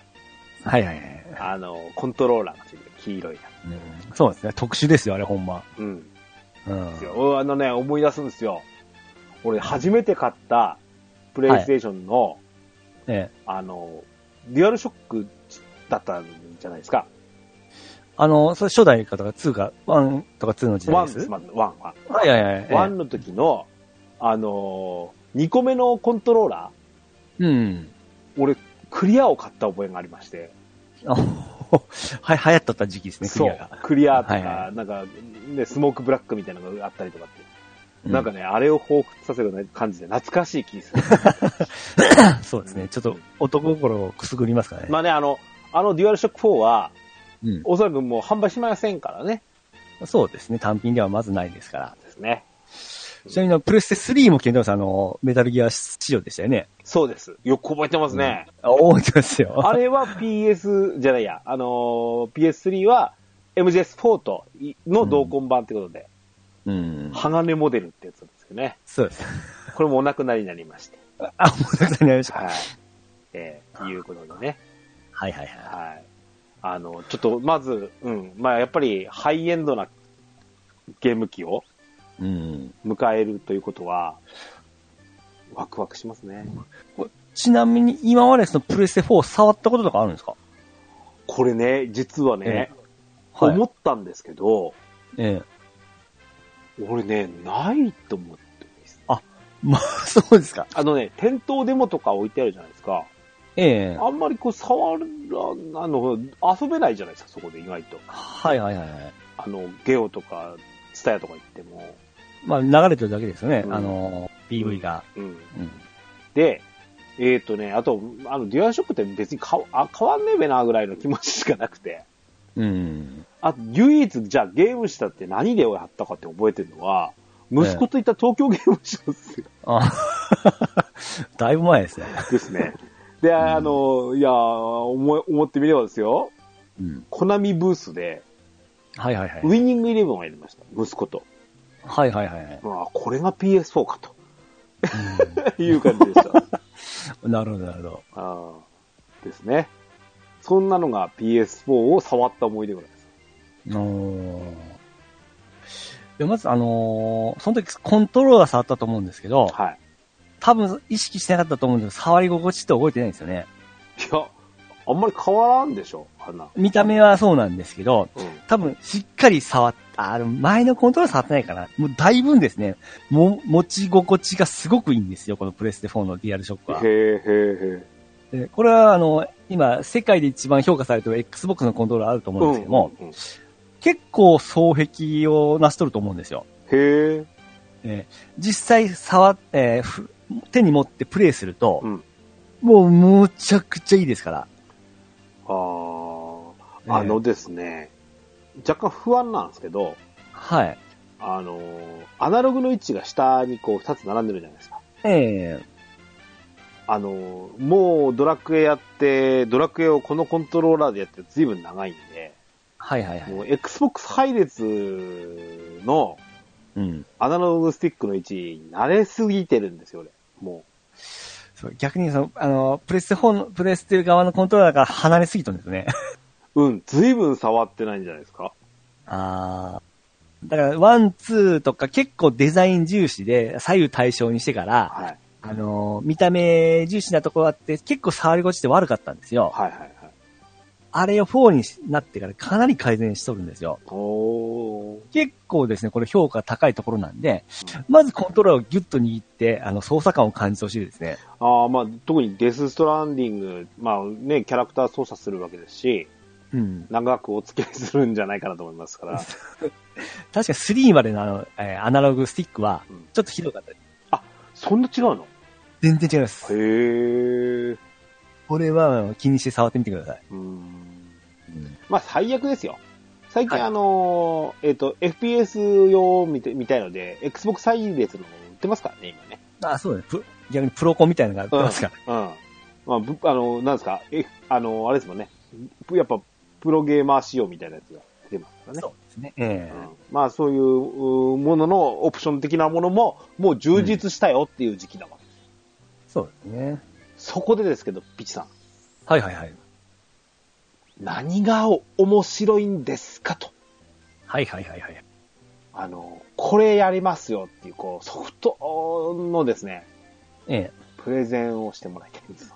Speaker 1: はいはいはい。
Speaker 2: あのーコントローラーがついてる黄色いや
Speaker 1: うんそうですね。特殊ですよ、あれほんま。
Speaker 2: つ。うん。
Speaker 1: うん
Speaker 2: です。よ。うんあのね、思い出すんですよ。俺、初めて買った、プレイステーションの、
Speaker 1: ええ。
Speaker 2: あのーデュアルショックだったんじゃないですか。
Speaker 1: あの、それ初代かとか2か、1とか2の時
Speaker 2: ワ
Speaker 1: 代
Speaker 2: ン
Speaker 1: です。
Speaker 2: です、ワン、ワン、ワン。
Speaker 1: はいはいはい。
Speaker 2: ワンの時の、あのー、2個目のコントローラ
Speaker 1: ええうん。 (laughs)
Speaker 2: ー、俺、クリアを買った覚えがありまして。
Speaker 1: あはい、流行ったった時期ですね、ク
Speaker 2: そ
Speaker 1: リ
Speaker 2: う
Speaker 1: アが。、
Speaker 2: クリアとか、
Speaker 1: はいは
Speaker 2: なんか、ね、スモークブラックみたいなのがあったりとかって、
Speaker 1: うん
Speaker 2: なんかね、あれを彷彿させるような感じで懐かしい気がする。
Speaker 1: (laughs) そうですね。ちょっと男心をくすぐりますからね。
Speaker 2: まあね、あの、あのデュアルショック4は、
Speaker 1: うん
Speaker 2: おそらくもう販売しませんからね。
Speaker 1: そうですね。単品ではまずないですから。
Speaker 2: ですね。
Speaker 1: ちなみにあの、プレステ3もケンタロウさん、あの、メタルギア仕様でしたよね。
Speaker 2: そうです。よく覚えてますね。
Speaker 1: あ、覚えてますよ。
Speaker 2: (laughs) あれは PS、じゃないや、あのー PS3 は MGS4 といの同梱版ってことで、
Speaker 1: (laughs) うん。
Speaker 2: 鋼モデルってやつなんですよね。
Speaker 1: そうです。
Speaker 2: これもお亡くなりになりまして。
Speaker 1: あ、もうなくなりました。
Speaker 2: はい。えー、いうことでね。
Speaker 1: はいはいは
Speaker 2: はい。あの、ちょっと、まず、うん。まあ、やっぱり、ハイエンドなゲーム機を
Speaker 1: い。うん。
Speaker 2: 迎えるということは、ワクワクしますね。
Speaker 1: ちなみに、今までそのプレステ4触ったこととかあるんですか
Speaker 2: これね、実はね、
Speaker 1: はい
Speaker 2: 思ったんですけど、
Speaker 1: ええ。
Speaker 2: 俺ね、ないと思ってます。
Speaker 1: (laughs) まあ、そうですか。
Speaker 2: あのね、店頭デモとか置いてあるじゃないですか。
Speaker 1: ええ。
Speaker 2: あんまりこう、触ら、あの、遊べないじゃないですか、そこで意外と。
Speaker 1: はいはいはいはい。
Speaker 2: あの、ゲオとか、ツタヤとか行っても。
Speaker 1: まあ、流れてるだけですよね。
Speaker 2: うん
Speaker 1: あの、PV が。
Speaker 2: うん。
Speaker 1: うん。
Speaker 2: で、えっ、とね、あと、あの、デュアルショックって別にかあ変わんねえべなぐらいの気持ちしかなくて、
Speaker 1: うん。
Speaker 2: あと、唯一、じゃあゲームしたって何で俺やったかって覚えてるのは、息子と行った東京ゲームしたんですよ。
Speaker 1: あ (laughs) だいぶ前ですね。
Speaker 2: ですね。で、あの、いや、思い思ってみればですよ、
Speaker 1: うん。
Speaker 2: コナミブースで、
Speaker 1: はいはいはい。
Speaker 2: ウィニングイレブンをやりました、息子と。
Speaker 1: はいはいはいはい。
Speaker 2: まあ、これが PS4 かと (laughs) いう感じでした。
Speaker 1: なるほどなるほど。
Speaker 2: あーですね。そんなのが PS4 を触った思い出ぐらいです。
Speaker 1: おーでまず、あのーその時コントローラー触ったと思うんですけど、
Speaker 2: はい。
Speaker 1: 多分意識してなかったと思うんですけど、触り心地って覚えてないんですよね。
Speaker 2: いや、あんまり変わらんでしょ、あんな。
Speaker 1: 見た目はそうなんですけど、
Speaker 2: うん。
Speaker 1: 多分しっかり触った、あの前のコントローラー触ってないかな。もうだいぶんですね、も、持ち心地がすごくいいんですよ、このプレステ4のリアルショックは
Speaker 2: へ。えへえへえ。
Speaker 1: でこれはあの、今、世界で一番評価されてる Xbox のコントローラーあると思うんですけども、
Speaker 2: うんうん
Speaker 1: 結構双璧を成しとると思うんですよ。
Speaker 2: へえ。
Speaker 1: えー実際触っ、えーふ手に持ってプレイすると、
Speaker 2: うん
Speaker 1: もうむちゃくちゃいいですから。
Speaker 2: あーあのですね、若干不安なんですけど、
Speaker 1: はい。
Speaker 2: あのー、アナログの位置が下にこう2つ並んでるじゃないですか。
Speaker 1: ええ
Speaker 2: あのー、もうドラクエやって、ドラクエをこのコントローラーでやって随分長いんで、
Speaker 1: はいはいはい。
Speaker 2: もう Xbox 配列の
Speaker 1: うん。
Speaker 2: アナログスティックの位置に慣れすぎてるんですよ、俺。も
Speaker 1: そう逆にその、あの、プレステ4の、プレステ側のコントローラーが離れすぎたんですね。
Speaker 2: う。うん、随分触ってないんじゃないですか。
Speaker 1: あだから、ワン、ツーとか結構デザイン重視で左右対称にしてから、
Speaker 2: はい。
Speaker 1: あのー見た目重視なところあって結構触り心地って悪かったんですよ。
Speaker 2: はいはいはい。
Speaker 1: あれを4になってからかなり改善しとるんですよ。
Speaker 2: おー。
Speaker 1: 結構ですね、これ評価高いところなんで、まずコントローラーをギュッと握って、あの、操作感を感じてほしいですね。
Speaker 2: ああ、まあ、特にデスストランディング、まあね、キャラクター操作するわけですし、
Speaker 1: うん。
Speaker 2: 長くお付き合いするんじゃないかなと思いま
Speaker 1: (laughs)
Speaker 2: すから。
Speaker 1: 確か3までのあの、えーアナログスティックは
Speaker 2: うん、
Speaker 1: ちょっとひどかったです。
Speaker 2: そんな違うの
Speaker 1: 全然違います。
Speaker 2: へえ。
Speaker 1: これはあの気にして触ってみてください。
Speaker 2: うん。
Speaker 1: うん。
Speaker 2: まあ、最悪ですよ。最近、
Speaker 1: はい
Speaker 2: あのーえっ、と、FPS 用みてみたいので、Xbox 最列のも売ってますからね、今ね。
Speaker 1: あ、そうだね。プ逆にプロコンみたいなのがあってますから。
Speaker 2: うん。まあ、ぶあの、なんですか、え、あの、あれですもんね。ぷやっぱ、プロゲーマー仕様みたいなやつが出てますからね。
Speaker 1: そうですね。ええ
Speaker 2: うんまあ、そういううーもののオプション的なものも、もう充実したよっていう時期だもん。
Speaker 1: そうですね。
Speaker 2: そこでですけど、ピチさん、
Speaker 1: はいはいはい。
Speaker 2: 何が面白いんですかと。
Speaker 1: はいはいはいはい。
Speaker 2: あの、これやりますよっていう、こう、ソフトのですね、
Speaker 1: ええ
Speaker 2: プレゼンをしてもらいたいんですよ。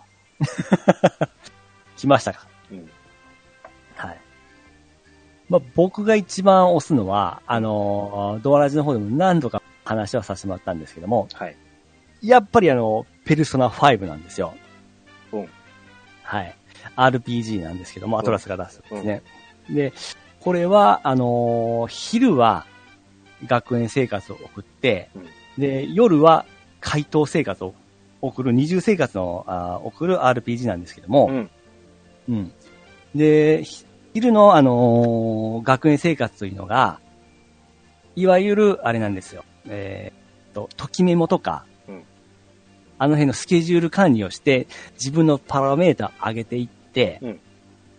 Speaker 1: 来ましたか。
Speaker 2: うん。
Speaker 1: はい。まあ、僕が一番押すのは、あのードアラジの方でも何度か話はさせてもらったんですけども、
Speaker 2: はい。
Speaker 1: やっぱりあの、ペルソナ5なんですよ。
Speaker 2: うん。
Speaker 1: はい。RPG なんですけども、アトラスが出すんですね。で、これは、あのー昼は学園生活を送って、
Speaker 2: うん
Speaker 1: で、夜は回答生活を送る、二重生活の、あー送る RPG なんですけども、
Speaker 2: うん。
Speaker 1: うん。で、ひ昼の、あのー学園生活というのが、いわゆる、あれなんですよ。えーっと、ときメモとか、
Speaker 2: うん
Speaker 1: あの辺のスケジュール管理をして、自分のパラメータ上げていって、
Speaker 2: うん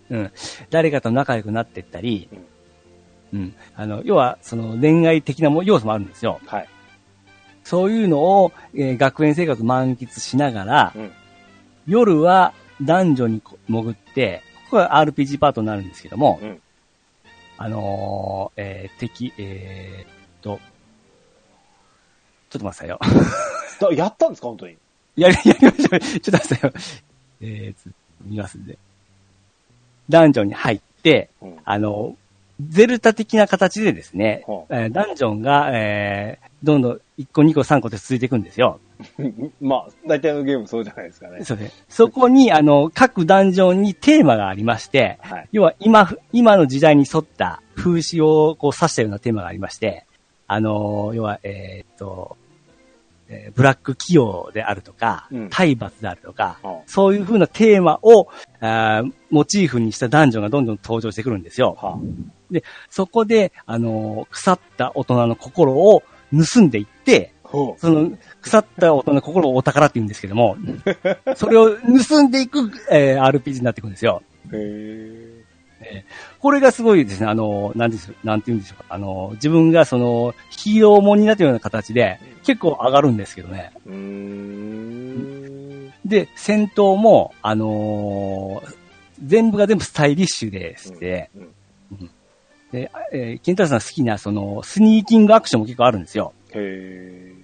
Speaker 1: うん誰かと仲良くなっていったり、
Speaker 2: うん
Speaker 1: うんあの、要は、その恋愛的なも要素もあるんですよ。
Speaker 2: はい。
Speaker 1: そういうのを、えー学園生活満喫しながら、
Speaker 2: うん。
Speaker 1: 夜は男女に潜って、ここが RPG パートになるんですけども、
Speaker 2: うん
Speaker 1: あのー、えー敵、えーっと、ちょっと待ってくださいよ。 (laughs)
Speaker 2: だやったんですか、本当に。
Speaker 1: やり、 (laughs) やりましょう。ちょっと待ってくださいよ。えー、ちょっと見ますんで。ダンジョンに入って、
Speaker 2: うん。
Speaker 1: あの、ゼルタ的な形でですね、
Speaker 2: ほう
Speaker 1: えーダンジョンが、えー、どんどん1個2個3個って続いていくんですよ。
Speaker 2: まあ、大体のゲームそうじゃないですかね。
Speaker 1: そうですね。そこに、あの、各ダンジョンにテーマがありまして、
Speaker 2: はい。
Speaker 1: 要は今、今の時代に沿った風刺をこう指したようなテーマがありまして、あの、要は、えーっと、えーブラック企業であるとか、
Speaker 2: うん
Speaker 1: 体罰であるとか、
Speaker 2: は
Speaker 1: そういう風なテーマを、あーモチーフにしたダンジョンがどんどん登場してくるんですよ。
Speaker 2: あは
Speaker 1: そこで、あの、腐った大人の心を盗んでいって、
Speaker 2: あほ
Speaker 1: その、腐った大人の心をお宝って言うんですけども、それを盗んでいく、えー RPG になっていくんですよ。
Speaker 2: う。へえ。
Speaker 1: これがすごいですね、あの、なんですなんて言うんでしょうか。あの、自分がその、ヒーローもんになったような形で、結構上がるんですけどね。
Speaker 2: うーん。
Speaker 1: で、戦闘も、あのー全部が全部スタイリッシュでして、
Speaker 2: うん、
Speaker 1: で、あえー、ケンタロウさん好きな、その、スニーキングアクションも結構あるんですよ。
Speaker 2: へえ。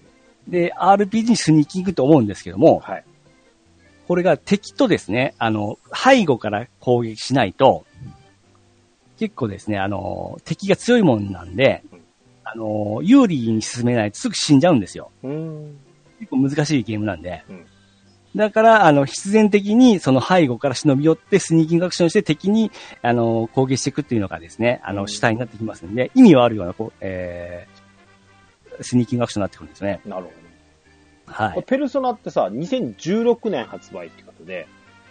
Speaker 1: で、RPG スニーキングと思うんですけども、
Speaker 2: はい。
Speaker 1: これが敵とですね、あの、背後から攻撃しないと、結構ですね、あの、敵が強いもんなんで
Speaker 2: うん、
Speaker 1: あの、有利に進めないとすぐ死んじゃうんですよ。
Speaker 2: うーん。
Speaker 1: 結構難しいゲームなんで。
Speaker 2: うん
Speaker 1: だから、あの、必然的にその背後から忍び寄ってスニーキングアクションして敵に、あの、攻撃していくっていうのがですね、あ
Speaker 2: うん
Speaker 1: の、主体になってきますんで、意味はあるような、こう、えー、スニーキングアクションになってくるんですね。
Speaker 2: なるほどね。
Speaker 1: は
Speaker 2: これ
Speaker 1: い。
Speaker 2: ペルソナってさ、2016年発売ってことで、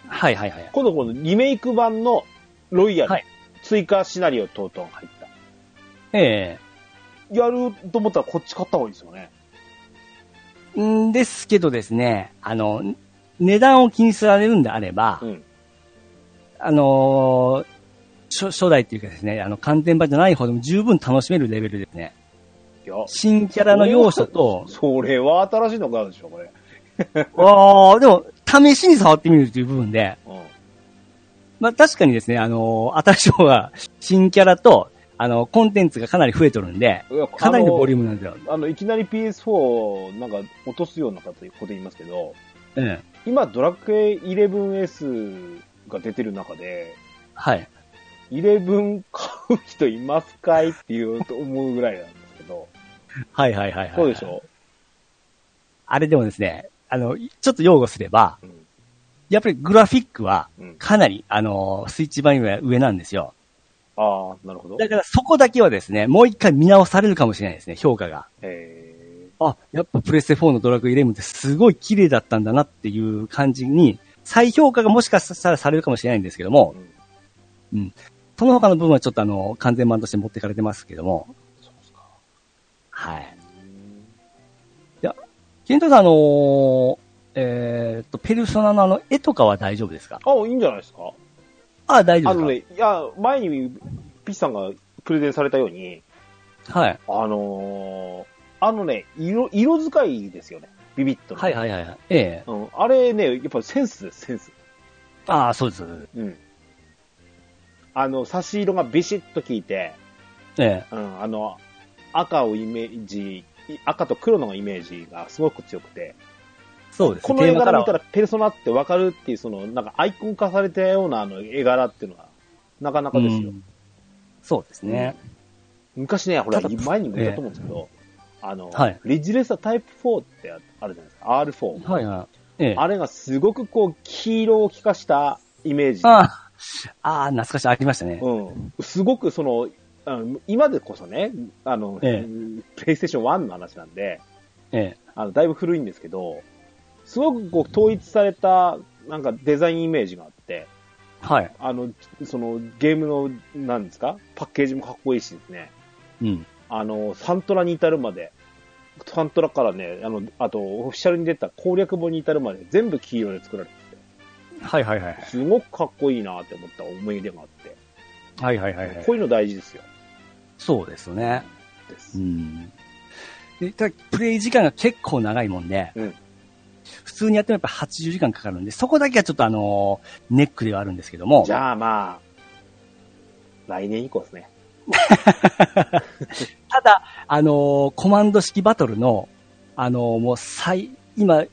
Speaker 1: はいはいはい。
Speaker 2: 今度このリメイク版のロイヤル、
Speaker 1: はい
Speaker 2: 追加シナリオ等々入った。
Speaker 1: え
Speaker 2: やると思ったらこっち買った方がいいですよね。
Speaker 1: えんですけどですね、あの、値段を気にすられるんであれば、
Speaker 2: ん。
Speaker 1: あのー初、初代っていうかですね、あの、完全版じゃない方でも十分楽しめるレベルですね。
Speaker 2: いや、
Speaker 1: 新キャラの要素と、
Speaker 2: それは新しいのがあるでしょ、これ。
Speaker 1: ああ、でも、試しに触ってみるという部分で、
Speaker 2: うん。
Speaker 1: まあ確かにですね、あのー新しい方が、新キャラと、あの、コンテンツがかなり増えとるんで、かなりのボリュームなんだよ。
Speaker 2: あの、いきなり PS4 なんか落とすようになったということ言いますけど、
Speaker 1: うん。
Speaker 2: 今ドラクエ 11S が出てる中で、
Speaker 1: はい。
Speaker 2: 11買う人いますかいっていうと思うぐらいなんですけど、
Speaker 1: はいはいはいはい。
Speaker 2: そうでしょ、
Speaker 1: あれでもですね、あの、ちょっと擁護すれば、
Speaker 2: うん
Speaker 1: やっぱりグラフィックは
Speaker 2: うん、
Speaker 1: かなり、あの、スイッチ版よりは上なんですよ。
Speaker 2: ああ、なるほど。
Speaker 1: だからそこだけはですね、もう一回見直されるかもしれないですね、評価が。
Speaker 2: え
Speaker 1: あ、やっぱプレステ4のドラクエ11ってすごい綺麗だったんだなっていう感じに、再評価がもしかしたらされるかもしれないんですけど
Speaker 2: ー
Speaker 1: も
Speaker 2: う、ん、
Speaker 1: その他の部分はちょっとあの、完全版として持ってかれてますけども、
Speaker 2: そうですか。
Speaker 1: はい。
Speaker 2: うん
Speaker 1: ケントさん、あのーえーっと、ペルソナのあの、絵とかは大丈夫ですか
Speaker 2: あ、いいんじゃないですか
Speaker 1: あ、大丈
Speaker 2: あ
Speaker 1: 夫
Speaker 2: の
Speaker 1: で
Speaker 2: ね、いや、前にピッチさんがプレゼンされたように、
Speaker 1: すかはい。
Speaker 2: あのーあのね、色、色使いですよね。ビビッとの。
Speaker 1: はいはいはいはい。ええ
Speaker 2: うん。あれね、やっぱセンスです、センス。
Speaker 1: ああ、そうです。そうです
Speaker 2: うん。あの、差し色がビシッと効いて、
Speaker 1: ええ
Speaker 2: うん、あの、赤をイメージ、い赤と黒のイメージがすごく強くて、
Speaker 1: そうです
Speaker 2: この絵柄見た
Speaker 1: ら。
Speaker 2: らペルソナってわかるっていう、その、なんかアイコン化されたようなあの絵柄っていうのは、なかなか
Speaker 1: う
Speaker 2: ですよ。
Speaker 1: んそうですね。
Speaker 2: 昔ね、ほら、
Speaker 1: ただ
Speaker 2: 前にも言ったと思うんですけど、あの、
Speaker 1: はい
Speaker 2: レジレスタタイプ4ってあるじゃないですか、R4。
Speaker 1: はいはい。ええ
Speaker 2: あれがすごくこう、黄色を効かしたイメージ。
Speaker 1: ああ、ああ、懐かしい。ありましたね。
Speaker 2: うん。すごくその、あの今でこそね、あの、
Speaker 1: ええ
Speaker 2: プレイステーション1の話なんで、
Speaker 1: ええ
Speaker 2: あの、だいぶ古いんですけど、すごくこう、統一された、なんかデザインイメージがあって、
Speaker 1: はい。
Speaker 2: あの、その、ゲームの、なんですかパッケージもかっこいいしですね。
Speaker 1: うん。
Speaker 2: あの、サントラに至るまで、サントラからね、あの、あと、オフィシャルに出た攻略本に至るまで全部黄色で作られて
Speaker 1: はいはいはい
Speaker 2: て、。すごくかっこいいなって思った思い出があって、
Speaker 1: はいはいはいはい
Speaker 2: こ。ういうの大事ですよ。
Speaker 1: そうですね。
Speaker 2: で
Speaker 1: う
Speaker 2: す。
Speaker 1: ん。で、ただ、プレイ時間が結構長いもんで、
Speaker 2: うん
Speaker 1: 普通にやってもやっぱ80時間かかるんで、そこだけはちょっとあのーネックではあるんですけども。
Speaker 2: じゃあまあ、来年以降ですね。
Speaker 1: ただ、あのーコマンド式バトルの、あのーもう最、今、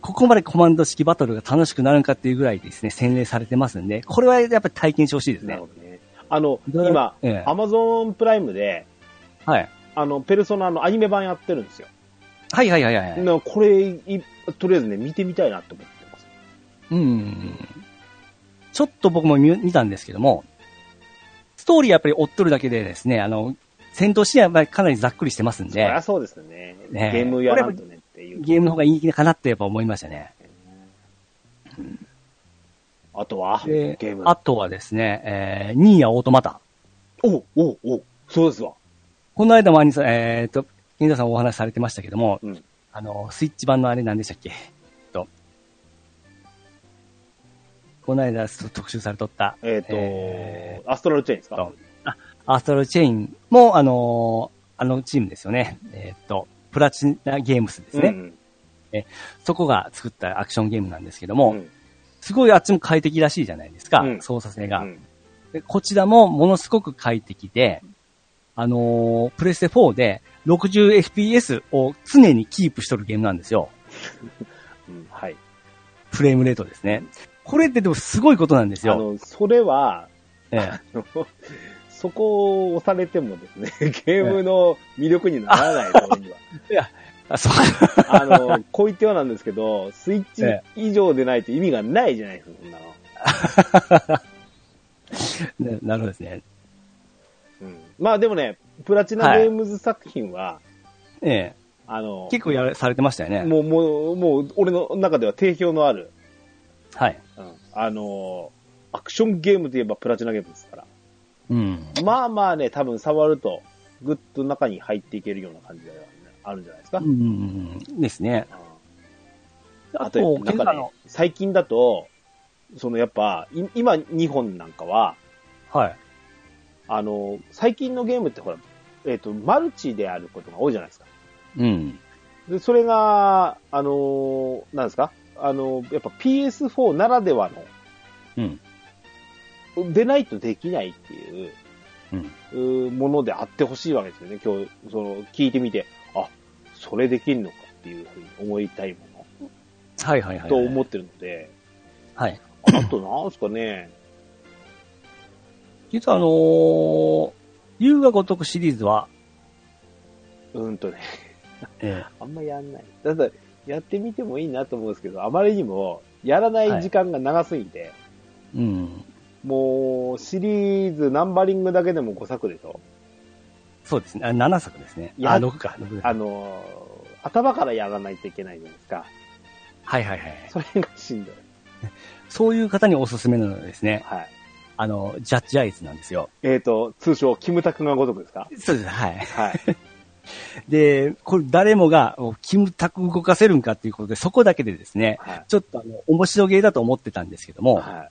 Speaker 1: ここまでコマンド式バトルが楽しくなるんかっていうぐらいですね、洗練されてますんで、これはやっぱり体験してほしいですね
Speaker 2: なる。ほどね。あの、
Speaker 1: どう
Speaker 2: 今、
Speaker 1: ええ
Speaker 2: アマゾンプライムで、
Speaker 1: はい。
Speaker 2: あの、ペルソナのアニメ版やってるんですよ。
Speaker 1: はいはいはいはい。
Speaker 2: なこれ、いとりあえずね、見てみたいなと思ってます。
Speaker 1: うん。ちょっと僕も見見たんですけども、ストーリーやっぱり追っとるだけでですね、あの、戦闘シーンはやっぱりかなりざっくりしてますん
Speaker 2: そりゃ
Speaker 1: で、
Speaker 2: そうですよね。
Speaker 1: ね
Speaker 2: ゲームやらんとねっていう。
Speaker 1: ゲームの方がいいかなってやっぱ思いましたね。
Speaker 2: あとは、ゲ
Speaker 1: で
Speaker 2: ーム。
Speaker 1: あとはですね、えー、ニーヤオートマタ。
Speaker 2: おうおうおうそうですわ。
Speaker 1: この間もアニさん、えっ、と、金田さんお話しされてましたけども、
Speaker 2: うん
Speaker 1: あの、スイッチ版のあれ何でしたっけえっと、この間そ特集されとった、
Speaker 2: えっ、と、
Speaker 1: え
Speaker 2: アストラルチェインで
Speaker 1: ー
Speaker 2: すか
Speaker 1: とあアストラルチェインも、あのーあのチームですよね。えっ、と、プラチナゲームスですね、
Speaker 2: うん
Speaker 1: そこが作ったアクションゲームなんですけど
Speaker 2: う
Speaker 1: も、
Speaker 2: ん。うん
Speaker 1: すごいあっちも快適らしいじゃないですか、
Speaker 2: うん
Speaker 1: 操作性が、
Speaker 2: うん
Speaker 1: でこちらもものすごく快適で、あのープレステ4で 60fps を常にキープしとるゲームなんですよ。
Speaker 2: うんはい。
Speaker 1: フレームレートですね。これってでもすごいことなんです
Speaker 2: あ
Speaker 1: よ。
Speaker 2: の、それは、
Speaker 1: ええ
Speaker 2: あの (laughs) そこを押されてもですね、 (laughs) ゲームの魅力にならないためには。
Speaker 1: (laughs) あそう
Speaker 2: あの、こう言ってはなんですけど、スイッチ以上でないと意味がないじゃないですか、そんなの。
Speaker 1: ねなるほどですね。
Speaker 2: うん、まあでもね、プラチナゲームズ作品は、
Speaker 1: ええ
Speaker 2: あの、
Speaker 1: 結構やらされてましたよね。
Speaker 2: もう、もう、もう、俺の中では定評のある、
Speaker 1: はい。
Speaker 2: うん、あの、アクションゲームといえばプラチナゲームズですから。
Speaker 1: うん。
Speaker 2: まあまあね、多分触ると、ぐっと中に入っていけるような感じがあるんじゃないですか。
Speaker 1: うんうんうん、ですね。
Speaker 2: あ
Speaker 1: あ
Speaker 2: と
Speaker 1: と、、
Speaker 2: なん
Speaker 1: 結
Speaker 2: か
Speaker 1: 構あ
Speaker 2: ね
Speaker 1: の、、
Speaker 2: 最近だと、そのやっぱ、い今、日本なんかは、
Speaker 1: はい。
Speaker 2: あの、最近のゲームってほら、えっ、と、マルチであることが多いじゃないですか。
Speaker 1: うん。
Speaker 2: で、それが、あのー、なんですかあの、やっぱ PS4 ならでは
Speaker 1: うん。
Speaker 2: の、でないとできないっていう、
Speaker 1: うん。
Speaker 2: うーものであってほしいわけですよね。今日、その、聞いてみて、あ、それできるのかっていうふうに思いたいもの
Speaker 1: はいはいはい。
Speaker 2: と思ってるので、
Speaker 1: はい。
Speaker 2: あとなんすかね、
Speaker 1: 実はあのー、優雅ごとくシリーズは、
Speaker 2: うんとね、
Speaker 1: え
Speaker 2: あんまやんない。ただ、やってみてもいいなと思うんですけど、あまりにも、やらない時間が長すぎて、
Speaker 1: えうん。
Speaker 2: もう、シリーズ、ナンバリングだけでも5作でしょ
Speaker 1: そうですね。あ7作ですね。
Speaker 2: や
Speaker 1: あ、6か。六
Speaker 2: あのー、頭からやらないといけないじゃないですか。
Speaker 1: はいはいはい。
Speaker 2: それがしんどい。
Speaker 1: そういう方におすすめなのはですね、
Speaker 2: はい。
Speaker 1: あの、ジャッジアイズなんですよ。
Speaker 2: えっ、と、通称、キムタクがごとくですか
Speaker 1: そうです。はい。
Speaker 2: はい。
Speaker 1: で、これ誰もが、おキムタク動かせるんかっていうことで、そこだけでですね、 (laughs)
Speaker 2: はい。
Speaker 1: ちょっとあの、面白ゲーだと思ってたんですけども、
Speaker 2: は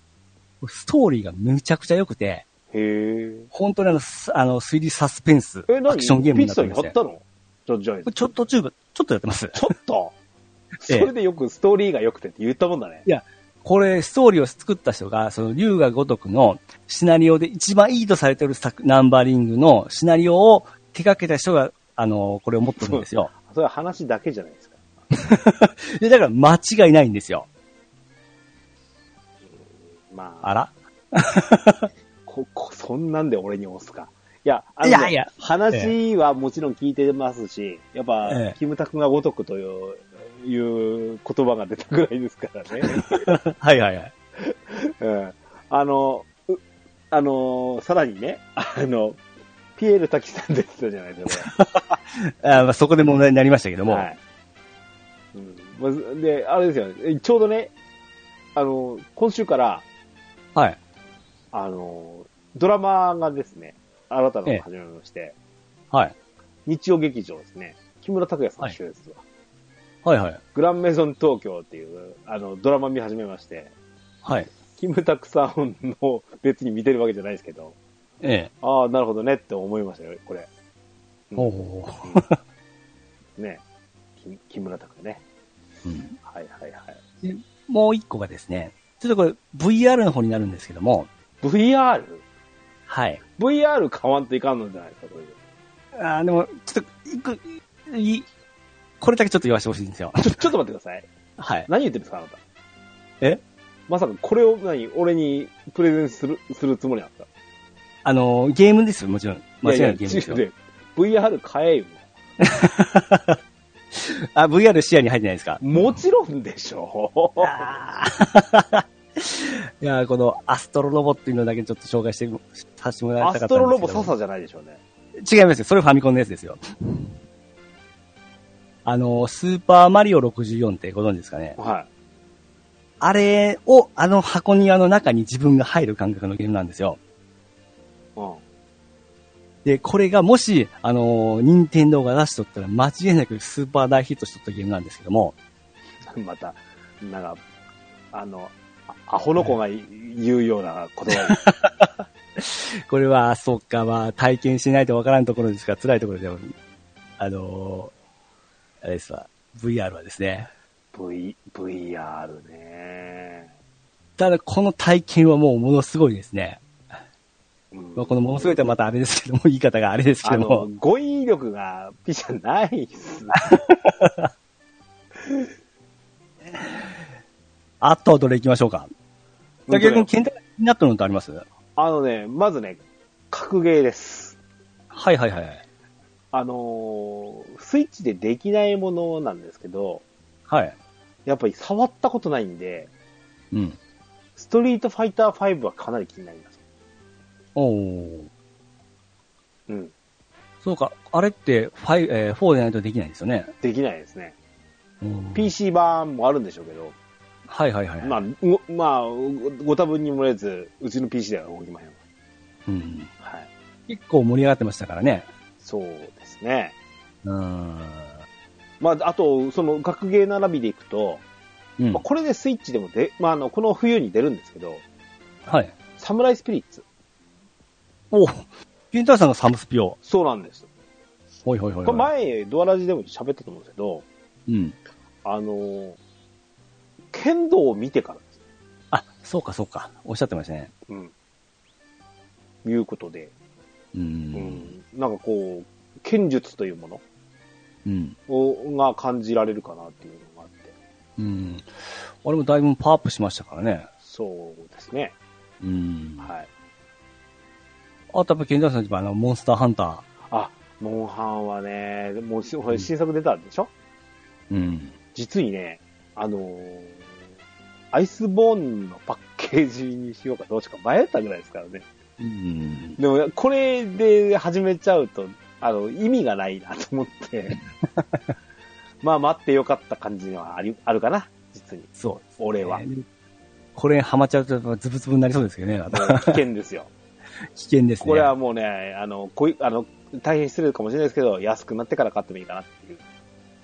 Speaker 1: ストーリーがめちゃくちゃ良くて、
Speaker 2: い、へえ。
Speaker 1: 本当にあの、すあの推理サスペンス、ア
Speaker 2: え、何
Speaker 1: クションゲーム
Speaker 2: ピ
Speaker 1: に
Speaker 2: ッ
Speaker 1: な
Speaker 2: チ
Speaker 1: って
Speaker 2: さ
Speaker 1: お
Speaker 2: ん
Speaker 1: り
Speaker 2: や
Speaker 1: まして、
Speaker 2: ったのジョジョイズ。
Speaker 1: ちょっとチューブ、ちょっとやってます。
Speaker 2: ちょっと (laughs) そ
Speaker 1: ええ
Speaker 2: れでよくストーリーが良くてって言ったもんだね。
Speaker 1: これ、ストーリーを作った人が、その、龍が如くのシナリオで一番いいとされてる作ナンバリングのシナリオを手掛けた人が、あの、これを持ってるんですよ。
Speaker 2: それは話だけじゃないですか。
Speaker 1: で、だから間違いないんですよ。
Speaker 2: まあ、
Speaker 1: あ
Speaker 2: (laughs)
Speaker 1: ら
Speaker 2: こ、 (laughs) こ、そんなんで俺に押すか。いや、あの、
Speaker 1: いやいや
Speaker 2: 話はもちろん聞いてますし、やっぱ、
Speaker 1: ええ
Speaker 2: キムタクがごとくという、いう言葉が出たぐらいですからね。
Speaker 1: (laughs) はいはいはい。
Speaker 2: うん。あの、うあの、さらにね、あの、ピエール滝さんでしたじゃないですか、これ。
Speaker 1: あまあそこで問題になりましたけど (laughs) も、
Speaker 2: はいうんまず、で、あれですよね、えちょうどね、あの、今週から、
Speaker 1: はい。
Speaker 2: あの、ドラマがですね、新たなのが始まりまして、
Speaker 1: はい。
Speaker 2: 日曜劇場ですね、木村拓哉さん主演ですわ、
Speaker 1: はいはい。
Speaker 2: グランメゾン東京っていう、あの、ドラマ見始めまして、
Speaker 1: はい。
Speaker 2: キムタクさんの別に見てるわけじゃないですけど、
Speaker 1: え
Speaker 2: ああ、なるほどねって思いましたよ、これ。
Speaker 1: え。
Speaker 2: うん
Speaker 1: ほうほうほ
Speaker 2: ね。き木村拓哉ね。
Speaker 1: う。うん
Speaker 2: はいはいはい。
Speaker 1: もう一個がですね、ちょっとこれ VR の方になるんですけども、
Speaker 2: VR?VR
Speaker 1: はい。
Speaker 2: 買わんといかんのじゃないですか、これ。
Speaker 1: あーでも、ちょっと、いく、い、これだけちょっと言わせてほしいんですよ。
Speaker 2: ちょ、 (laughs) ちょっと待ってください。
Speaker 1: はい。
Speaker 2: 何言ってるんですか、あなた。
Speaker 1: え
Speaker 2: まさかこれを何俺にプレゼンする、するつもりなんですか
Speaker 1: あのー、ゲームですよ、もちろん。間違いないゲームですよ。
Speaker 2: 違う違う VR 買えよ。
Speaker 1: あ、VR 視野に入ってないですか
Speaker 2: もちろんで
Speaker 1: (laughs)
Speaker 2: しょう。
Speaker 1: あー (laughs) いやーこのアストロロボっていうのだけちょっと紹介してもさせてもらい
Speaker 2: ア
Speaker 1: たかったんですけ
Speaker 2: スト
Speaker 1: ど
Speaker 2: ロロボ笹じゃないでしょうね。
Speaker 1: 違いますよ。それファミコンのやつですよ。あのー、スーパーマリオ64ってご存知ですかね
Speaker 2: は
Speaker 1: あれを、あの箱にあの中に自分が入る感覚のゲームなんですよ。
Speaker 2: い。うん。
Speaker 1: で、これがもし、あのー、任天堂が出しとったら間違いなくスーパー大ヒットしとったゲームなんですけども、
Speaker 2: また、なん (laughs) か、あの、あアホの子が言うような言葉
Speaker 1: (laughs)
Speaker 2: です。
Speaker 1: これは、そっか、まあ、体験しないとわからんところですが、辛いところでも、あのーあれですわ、VR はですね。
Speaker 2: v、VR ね。
Speaker 1: ただ、この体験はもうものすごいですね。
Speaker 2: うん
Speaker 1: まあ、このものすごいとはまたあれですけども、 (laughs) 言い方があれですけ
Speaker 2: あ
Speaker 1: ど
Speaker 2: の
Speaker 1: も、、
Speaker 2: 語彙力がピじゃないっ
Speaker 1: (laughs)
Speaker 2: す。
Speaker 1: あとはどれ行きましょうか。
Speaker 2: 本当だよ
Speaker 1: 竹君、ケンタが気になったのってあります
Speaker 2: あのね、まずね、格ゲーです。
Speaker 1: はいはいはい。
Speaker 2: あのースイッチでできないものなんですけど、
Speaker 1: はい。
Speaker 2: やっぱり触ったことないんで、
Speaker 1: うん。
Speaker 2: ストリートファイター5はかなり気になります。
Speaker 1: おー。
Speaker 2: うん。
Speaker 1: そうか、あれって、ファイ、えー、4でないとできないんですよね。
Speaker 2: できないですね。
Speaker 1: うん、
Speaker 2: PC 版もあるんでしょうけど、
Speaker 1: はいはいはいはい。
Speaker 2: まあ、うまあ、ごご多分にもれず、うちの PC では動きませんわ。
Speaker 1: うん、
Speaker 2: はい。
Speaker 1: 結構盛り上がってましたからね。
Speaker 2: そうですね。
Speaker 1: うん。
Speaker 2: まあ、あと、その、学芸並びでいくと、
Speaker 1: うん
Speaker 2: まあ、。これでスイッチでもで、まあ、あの、この冬に出るんですけど、
Speaker 1: はい。
Speaker 2: サムライスピリッツ。
Speaker 1: おピンターさんがサムスピを。
Speaker 2: そうなんです。
Speaker 1: ほいほいほい
Speaker 2: こ
Speaker 1: ほい。
Speaker 2: れ前、ドアラジでも喋ったと思うんですけど、
Speaker 1: うん。
Speaker 2: あの、剣道を見てからですね。
Speaker 1: あ、そうかそうか。おっしゃってましたね。
Speaker 2: うん。いうことで、
Speaker 1: う。
Speaker 2: うんん、なんかこう、剣術というもの
Speaker 1: うん。
Speaker 2: をが感じられるかなっていうのがあって、
Speaker 1: うん。俺もだいぶパワーアップしましたからね。
Speaker 2: そうですね。
Speaker 1: うん。
Speaker 2: はい。
Speaker 1: あとやっぱケンジャーさんといえばあの、モンスターハンタ
Speaker 2: あ、モンハンはね、もうしほら新作出たんでしょ、
Speaker 1: ー。うん。
Speaker 2: 実にね、あのーアイスボーンのパッケージにしようかどうしようか迷ったぐらいですからね。
Speaker 1: うん。
Speaker 2: でも、これで始めちゃうと、あの、意味がないなと思
Speaker 1: (laughs)
Speaker 2: って。まあ、待ってよかった感じがありあるかな、実に。
Speaker 1: そうですね。
Speaker 2: 俺は。
Speaker 1: これハマっちゃうとやっぱズブズブになりそうですけどね。あと
Speaker 2: もう危険で
Speaker 1: (laughs)
Speaker 2: すよ。
Speaker 1: 危険ですね。
Speaker 2: これはもうね、あの、こいあの、大変失礼かもしれないですけど、安くなってから買ってもいいかなっていう、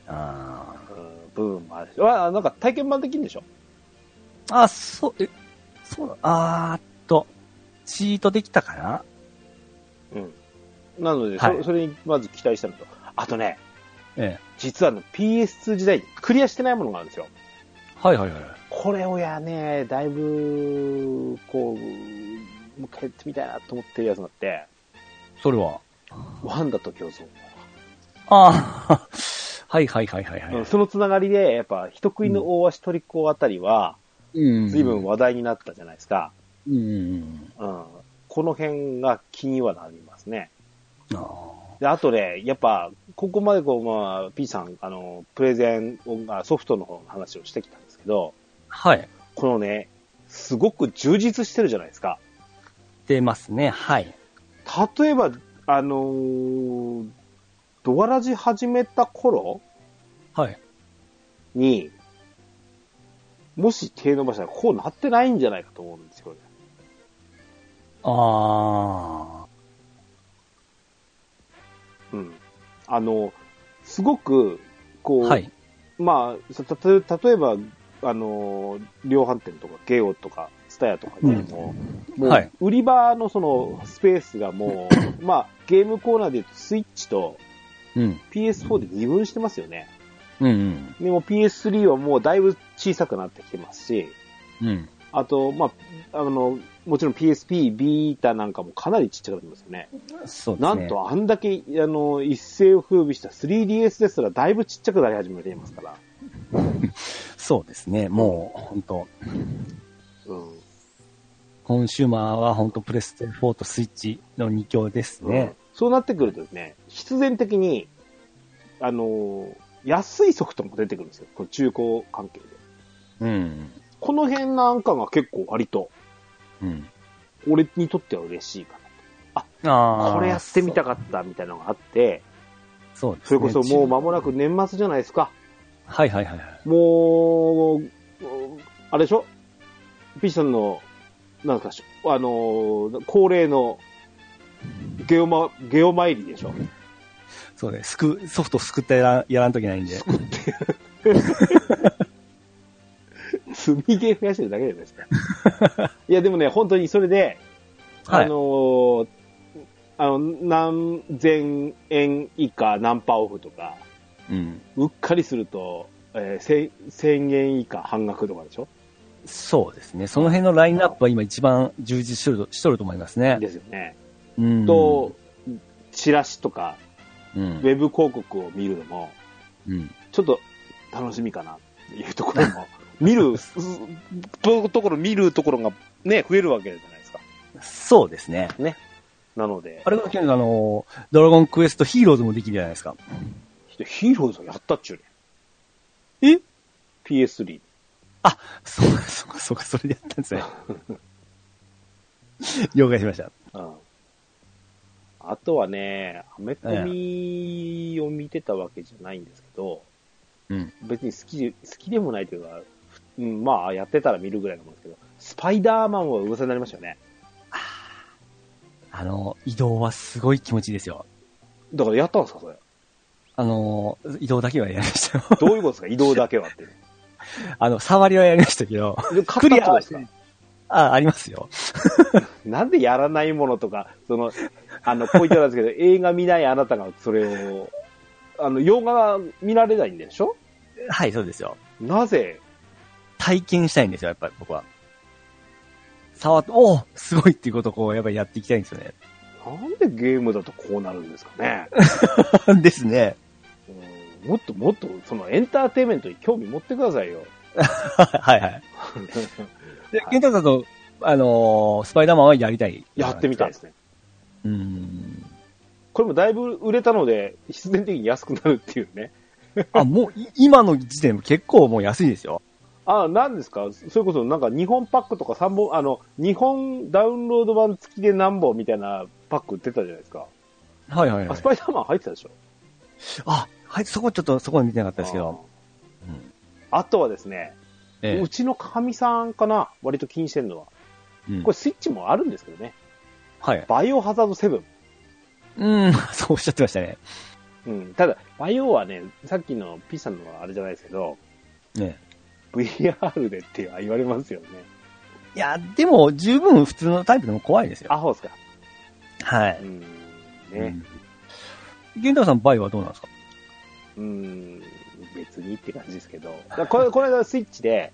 Speaker 1: あ
Speaker 2: うん、部分もあるし。わあ、なんか体験版できるんでしょ
Speaker 1: ーあ、そう、え、そうだ、あーっと、チートできたかな
Speaker 2: うん。なので、
Speaker 1: はい
Speaker 2: そそれにまず期待したのと。あとね、
Speaker 1: え
Speaker 2: 実はあの PS2 時代にクリアしてないものがあるんですよ。
Speaker 1: え。はいはいはい。
Speaker 2: これをやね、だいぶ、こう、もう一回やってみたいなと思ってるやつがあって、
Speaker 1: それは。
Speaker 2: ワンダと競争。
Speaker 1: ああ、 (laughs) はいはいはいはいはい。
Speaker 2: うんそのつながりで、やっぱ、人食いの大足トリコあたりは、
Speaker 1: うん
Speaker 2: 随分話題になったじゃないですか。
Speaker 1: うんうん
Speaker 2: うん。この辺が気にはなりますね。
Speaker 1: うん。ああ。
Speaker 2: で、あとね、やっぱ、ここまでこう、まあ、P さん、あの、プレゼンを、あソフトの方の話をしてきたんですけど、
Speaker 1: はい。
Speaker 2: このね、すごく充実してるじゃないですか。
Speaker 1: 出ますね。はい。
Speaker 2: 例えば、あのードアラジ始めた頃
Speaker 1: はい。
Speaker 2: に、もし手伸ばしたらこうなってないんじゃないかと思うんですよね。
Speaker 1: ああ。
Speaker 2: うん。あの、すごく、こう、
Speaker 1: はい。
Speaker 2: まあ、さたと例えば、あのー量販店とか、ゲオとか、スタヤとかでも、もう
Speaker 1: はい
Speaker 2: 売り場のそのスペースがも
Speaker 1: (laughs)
Speaker 2: う、まあ、ゲームコーナーで言うとスイッチと
Speaker 1: うん。
Speaker 2: PS4 で二分してますよね。
Speaker 1: うん
Speaker 2: でも PS3 はもうだいぶ小さくなってきてますし、
Speaker 1: うん。うん。
Speaker 2: あと、まあ、あの、もちろん PSP、ビータなんかもかなりちっちゃくなってますよね。
Speaker 1: そうです
Speaker 2: な
Speaker 1: ね。
Speaker 2: ん。と、あんだけ、あの、一世を風靡した 3DS ですらだいぶちっちゃくなり始めていますから。
Speaker 1: そうですね。もう、本当
Speaker 2: うん。
Speaker 1: コンシューマーは本当プレステ4とスイッチの2強ですね。
Speaker 2: そうなってくるとですね、必然的に、あの、安いソフトも出てくるんですよ。この中古関係で。
Speaker 1: うん。
Speaker 2: この辺なんかが結構割と、
Speaker 1: うん。
Speaker 2: 俺にとっては嬉しいか
Speaker 1: あ
Speaker 2: な。
Speaker 1: あ。
Speaker 2: これやってみたかったみたいなのがあって、
Speaker 1: そうで
Speaker 2: そ
Speaker 1: す
Speaker 2: れ
Speaker 1: ね。
Speaker 2: こそもう間もなく年末じゃないですか。
Speaker 1: はいはいはいはい。
Speaker 2: もう、あれでしょピッチさんの、なんかし、あのー恒例の、ゲオマ、ゲオ参りでしょ
Speaker 1: そうです。すく、ソフトすくってやらやらんといけないんで。
Speaker 2: 積みゲー増やしてるだけじゃないですか。いや、でもね、本当にそれで、
Speaker 1: はい
Speaker 2: あのーあの、何千円以下何パーオフとか、
Speaker 1: うん。
Speaker 2: うっかりすると、えー千、千円以下半額とかでしょ
Speaker 1: そうですね。その辺のラインナップは今一番充実しとるしとると思いますね。
Speaker 2: ですよね。
Speaker 1: うん。
Speaker 2: と、チラシとか、
Speaker 1: う
Speaker 2: ウ
Speaker 1: ん、
Speaker 2: ェブ広告を見るのも、
Speaker 1: うん。
Speaker 2: ちょっと楽しみかなっていうとこ
Speaker 1: (laughs)
Speaker 2: ろも、見る、すところ、見るところがね、増えるわけじゃないですか。
Speaker 1: そうですね。
Speaker 2: なので、
Speaker 1: あれだけあの、ドラゴンクエストヒーローズもできるじゃないですか。
Speaker 2: ヒーローズをやったっちゅうね。
Speaker 1: え
Speaker 2: ?PS3。
Speaker 1: そうか、そうか、そうか、それでやったんです (laughs) ね。了解しました。
Speaker 2: うん。あとはね、アメコミを見てたわけじゃないんですけど、
Speaker 1: うん。
Speaker 2: 別に好きで、好きでもないというか、うん、まあ、やってたら見るぐらいのもんですけど、スパイダーマンは噂になりましたよね。
Speaker 1: あの、移動はすごい気持ちいいですよ。
Speaker 2: だからやったんですか、それ。
Speaker 1: あの、移動だけはやりましたよ。 (laughs)
Speaker 2: どういうことですか、移動だけはって。
Speaker 1: あの、触りはやりましたけど、 (laughs)
Speaker 2: で買ったってことですか
Speaker 1: あ、ありますよ。
Speaker 2: なんでやらないものとか、その、あの、こう言ったらなんですけど、 (laughs) 映画見ないあなたがそれを、あの、洋画が見られないんでしょ
Speaker 1: はい、そうですよ。
Speaker 2: なぜ
Speaker 1: 体験したいんですよ、やっぱり僕は。触って、おおすごいっていうことをこう、やっぱりやっていきたいんですよね。 (laughs)
Speaker 2: なんでゲームだとこうなるんですかね。
Speaker 1: ですね。
Speaker 2: うんもっともっと、そのエンターテインメントに興味持ってくださいよ。
Speaker 1: はい
Speaker 2: (laughs)
Speaker 1: はい。で、ケンタさんと、あのースパイダーマンはやりたい。
Speaker 2: やってみたいで。すね。
Speaker 1: うん。
Speaker 2: これもだいぶ売れたので、必然的に安くなるっていうね。
Speaker 1: あ、もう、い今の時点結構もう安いですよ。
Speaker 2: あ、なんですかそれこそなんか2本パックとか3本、あの、2本ダウンロード版付きで何本みたいなパック売ってたじゃないですか。
Speaker 1: はいはいは
Speaker 2: あ、
Speaker 1: い
Speaker 2: ス。パイダーマン入ってたでしょ
Speaker 1: あ、はい、そこちょっと、そこは見てなかったですけど。。
Speaker 2: あー
Speaker 1: うん
Speaker 2: あとはですね、
Speaker 1: え
Speaker 2: うちのかみさんかな割と気にしてるのは。
Speaker 1: えうん
Speaker 2: これスイッチもあるんですけどね。
Speaker 1: はい。
Speaker 2: バイオハザード7。
Speaker 1: うん、 (laughs) そうおっしゃってましたね。
Speaker 2: うん。ただ、バイオはね、さっきの P さんのはあれじゃないですけど、
Speaker 1: ね
Speaker 2: VR でって言われますよね。
Speaker 1: いや、でも、十分普通のタイプでも怖いですよ。
Speaker 2: アホですか。
Speaker 1: は
Speaker 2: う
Speaker 1: い。
Speaker 2: ん。
Speaker 1: う
Speaker 2: ね。
Speaker 1: ん。ケンタさん、バイはどうなんですか
Speaker 2: うん。別にって感じですけど。だからこ (laughs) れ、この間スイッチで、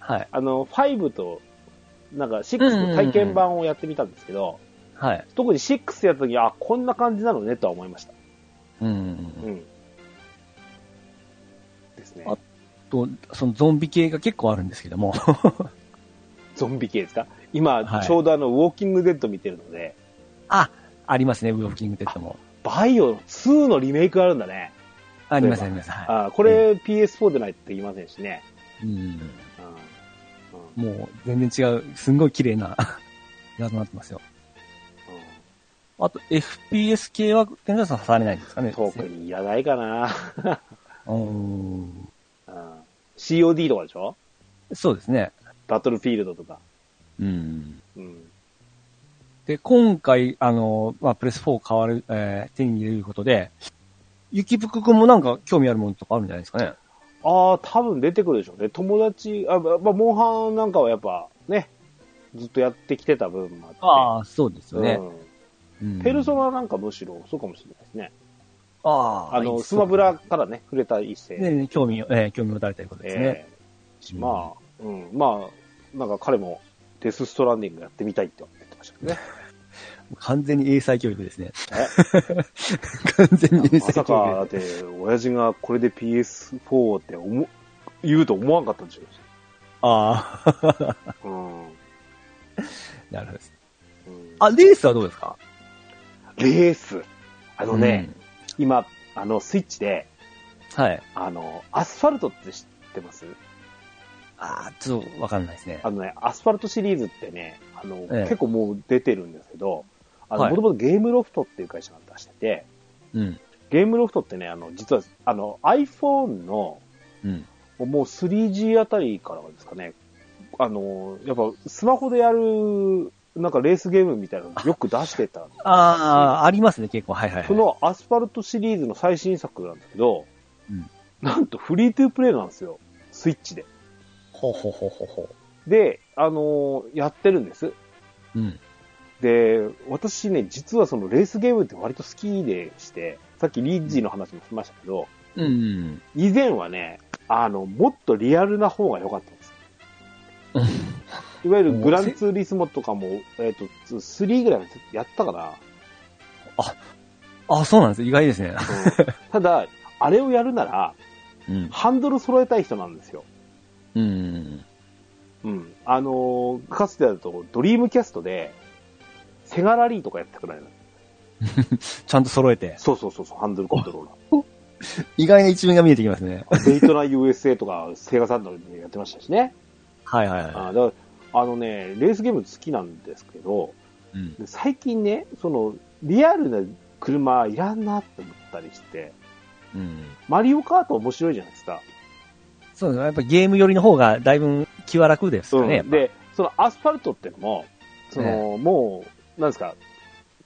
Speaker 1: はい。
Speaker 2: あの、5と、なんか6の体験版をやってみたんですけど、
Speaker 1: はい。
Speaker 2: 特に6やった時、あ、こんな感じなのねとは思いました。
Speaker 1: うん。
Speaker 2: うん。ですね
Speaker 1: あ。と、そのゾンビ系が結構あるんですけども。
Speaker 2: ゾンビ系ですか今、
Speaker 1: はい
Speaker 2: ちょうどあの、ウォーキングデッド見てるので、
Speaker 1: あ、 (laughs) ありますね、ウォーキングテッドも。
Speaker 2: バイオ2のリメイクあるんだね。
Speaker 1: あります、あります。は
Speaker 2: あこれ PS4 でないと言いませんしね。
Speaker 1: い。うん。
Speaker 2: うんうん
Speaker 1: もう、全然違う、すんごい綺麗な (laughs) 画像になってますよ。あと、FPS 系は、天才さん刺されないんですかね
Speaker 2: 特にいらないかな。 (laughs)
Speaker 1: うん。
Speaker 2: うん COD とかでしょ
Speaker 1: そうですね。
Speaker 2: バトルフィールドとか。
Speaker 1: うん。
Speaker 2: うん。
Speaker 1: で、今回、あの、まあ、プレス4買われ、えー手に入れることで、雪服くんもなんか興味あるものとかあるんじゃないですかね。
Speaker 2: ああ、多分出てくるでしょうね。友達、あ、ままあ、モンハンなんかはやっぱね、ずっとやってきてた部分もあって。
Speaker 1: ああ、そうですよね。
Speaker 2: う
Speaker 1: うん
Speaker 2: ん。ペルソナなんかむしろそうかもしれないですね。
Speaker 1: ああ、
Speaker 2: あの、
Speaker 1: そう
Speaker 2: スマブラからね、触れた一世。
Speaker 1: ねね興味を、えー興味を持たれたということですね。
Speaker 2: ええまあ、うん、まあ、なんか彼もデスストランディングやってみたいって思ってましたけどね。
Speaker 1: 完全に英才教育ですね。
Speaker 2: え
Speaker 1: (laughs) 完全に英才教
Speaker 2: まさ
Speaker 1: 育。
Speaker 2: か、だって、親父がこれで PS4 って思う、言うと思わんかったんでしょ
Speaker 1: ああ、
Speaker 2: う。うん。うん
Speaker 1: なるほどです。あ、レースはどうですか
Speaker 2: レース。あ
Speaker 1: あ
Speaker 2: のね、、今、あの、スイッチで、
Speaker 1: うんはい。
Speaker 2: あの、アスファルトって知ってます
Speaker 1: ああ、ちょっとわかんないですね。
Speaker 2: あのね、アスファルトシリーズってね、あの、
Speaker 1: ええ
Speaker 2: 結構もう出てるんですけど、あ
Speaker 1: はい
Speaker 2: の、もともとゲームロフトっていう会社が出してて、
Speaker 1: うん。
Speaker 2: ゲームロフトってね、あの、実は、あの、iPhone の、
Speaker 1: うん。
Speaker 2: もう 3G あたりからはですかね、あの、やっぱスマホでやる、なんかレースゲームみたいなのよく出してた。
Speaker 1: ああ、ありますね、結構。はいはい、はい。
Speaker 2: そのアスファルトシリーズの最新作なんだけど、
Speaker 1: うん
Speaker 2: なんとフリートゥープレイなんですよ。スイッチで。
Speaker 1: ほうほうほうほうほ
Speaker 2: で、あのやってるんです。
Speaker 1: う。うん。
Speaker 2: で、私ね、実はそのレースゲームって割と好きでして、さっきリッジーの話もしましたけど、
Speaker 1: うん。
Speaker 2: 以前はね、あの、もっとリアルな方が良かったんです。いわゆるグランツーリスモとかも、えっ、と、3ぐらいまでやったかな。
Speaker 1: あ、そうなんです。意外ですね。
Speaker 2: ただ、あれをやるなら、
Speaker 1: うん。
Speaker 2: ハンドル揃えたい人なんですよ。
Speaker 1: うん。
Speaker 2: うん。あのーかつてだと、ドリームキャストで、セガラリーとかやったくらいなんで
Speaker 1: ちゃんと揃えて。
Speaker 2: す。そうそうそうそう、ハンドルコントローラー。
Speaker 1: 意外な一面が見えてきますね。
Speaker 2: デイトナ USA とか、セガサンドでやってましたしね。
Speaker 1: はいはいは
Speaker 2: あーだからあのね、レースゲーム好きなんですけど、
Speaker 1: い。うん。
Speaker 2: 最近ね、その、リアルな車いらんなって思ったりして、
Speaker 1: うん。
Speaker 2: マリオカート面白いじゃないですか。
Speaker 1: そうですね。やっぱゲーム寄りの方がだいぶ気は楽ですかね。やっ
Speaker 2: うん
Speaker 1: ぱ、
Speaker 2: で、そのアスファルトってのも、その、もう、なんですか、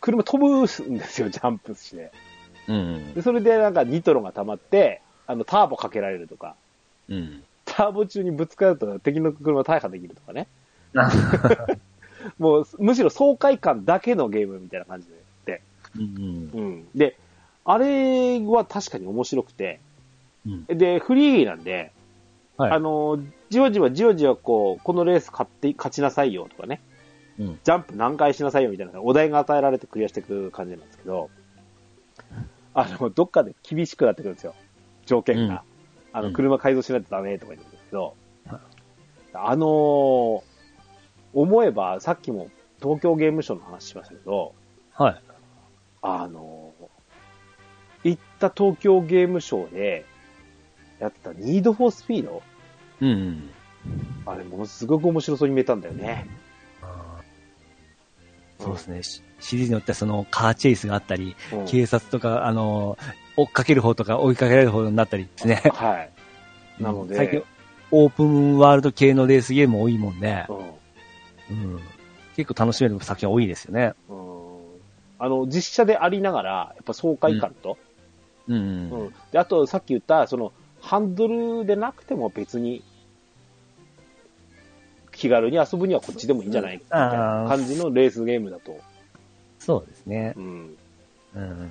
Speaker 2: 車飛ぶんですよ、ジャンプして。
Speaker 1: うん
Speaker 2: で、。それでなんかニトロが溜まって、あの、ターボかけられるとか、
Speaker 1: うん。
Speaker 2: ターボ中にぶつかると敵の車大破できるとかね。
Speaker 1: あ
Speaker 2: もう、むしろ爽快感だけのゲームみたいな感じで。
Speaker 1: うん。
Speaker 2: うん。で、あれは確かに面白くて、
Speaker 1: うん
Speaker 2: で、フリーなんで、
Speaker 1: はい
Speaker 2: あの、じわじわじわじわこう、このレース勝って、勝ちなさいよとかね、
Speaker 4: うん。
Speaker 2: ジャンプ何回しなさいよみたいなお題が与えられてクリアしていく感じなんですけど、あの、どっかで厳しくなってくるんですよ。条件が。あ
Speaker 4: う
Speaker 2: の、
Speaker 4: ん
Speaker 2: 車改造しないとダメとか言うんですけど、
Speaker 1: はい
Speaker 2: あのー思えばさっきも東京ゲームショウの話しましたけど、
Speaker 1: はい。
Speaker 2: あのー行った東京ゲームショウでやったニードフォースピード
Speaker 1: うんうん。
Speaker 2: あれものすごく面白そうに見えたんだよね。
Speaker 1: そうですね。シシリーズによってはそのカーチェイスがあったり、
Speaker 2: うん
Speaker 1: 警察とか、あの、追っかける方とか追いかけられる方になったりですね。
Speaker 2: はい。なので、
Speaker 1: 最近、オープンワールド系のレースゲーム多いもんね。
Speaker 2: うん
Speaker 1: うん。結構楽しめる作品多いですよね。
Speaker 2: うんあの、実写でありながら、やっぱ爽快感と、
Speaker 1: う
Speaker 2: うんん。で、あと、さっき言った、その、ハンドルでなくても別に、気軽に遊ぶにはこっちでもいいんじゃないみたいな感じのレースゲームだと。
Speaker 1: そうですね。
Speaker 2: うん。
Speaker 1: うん。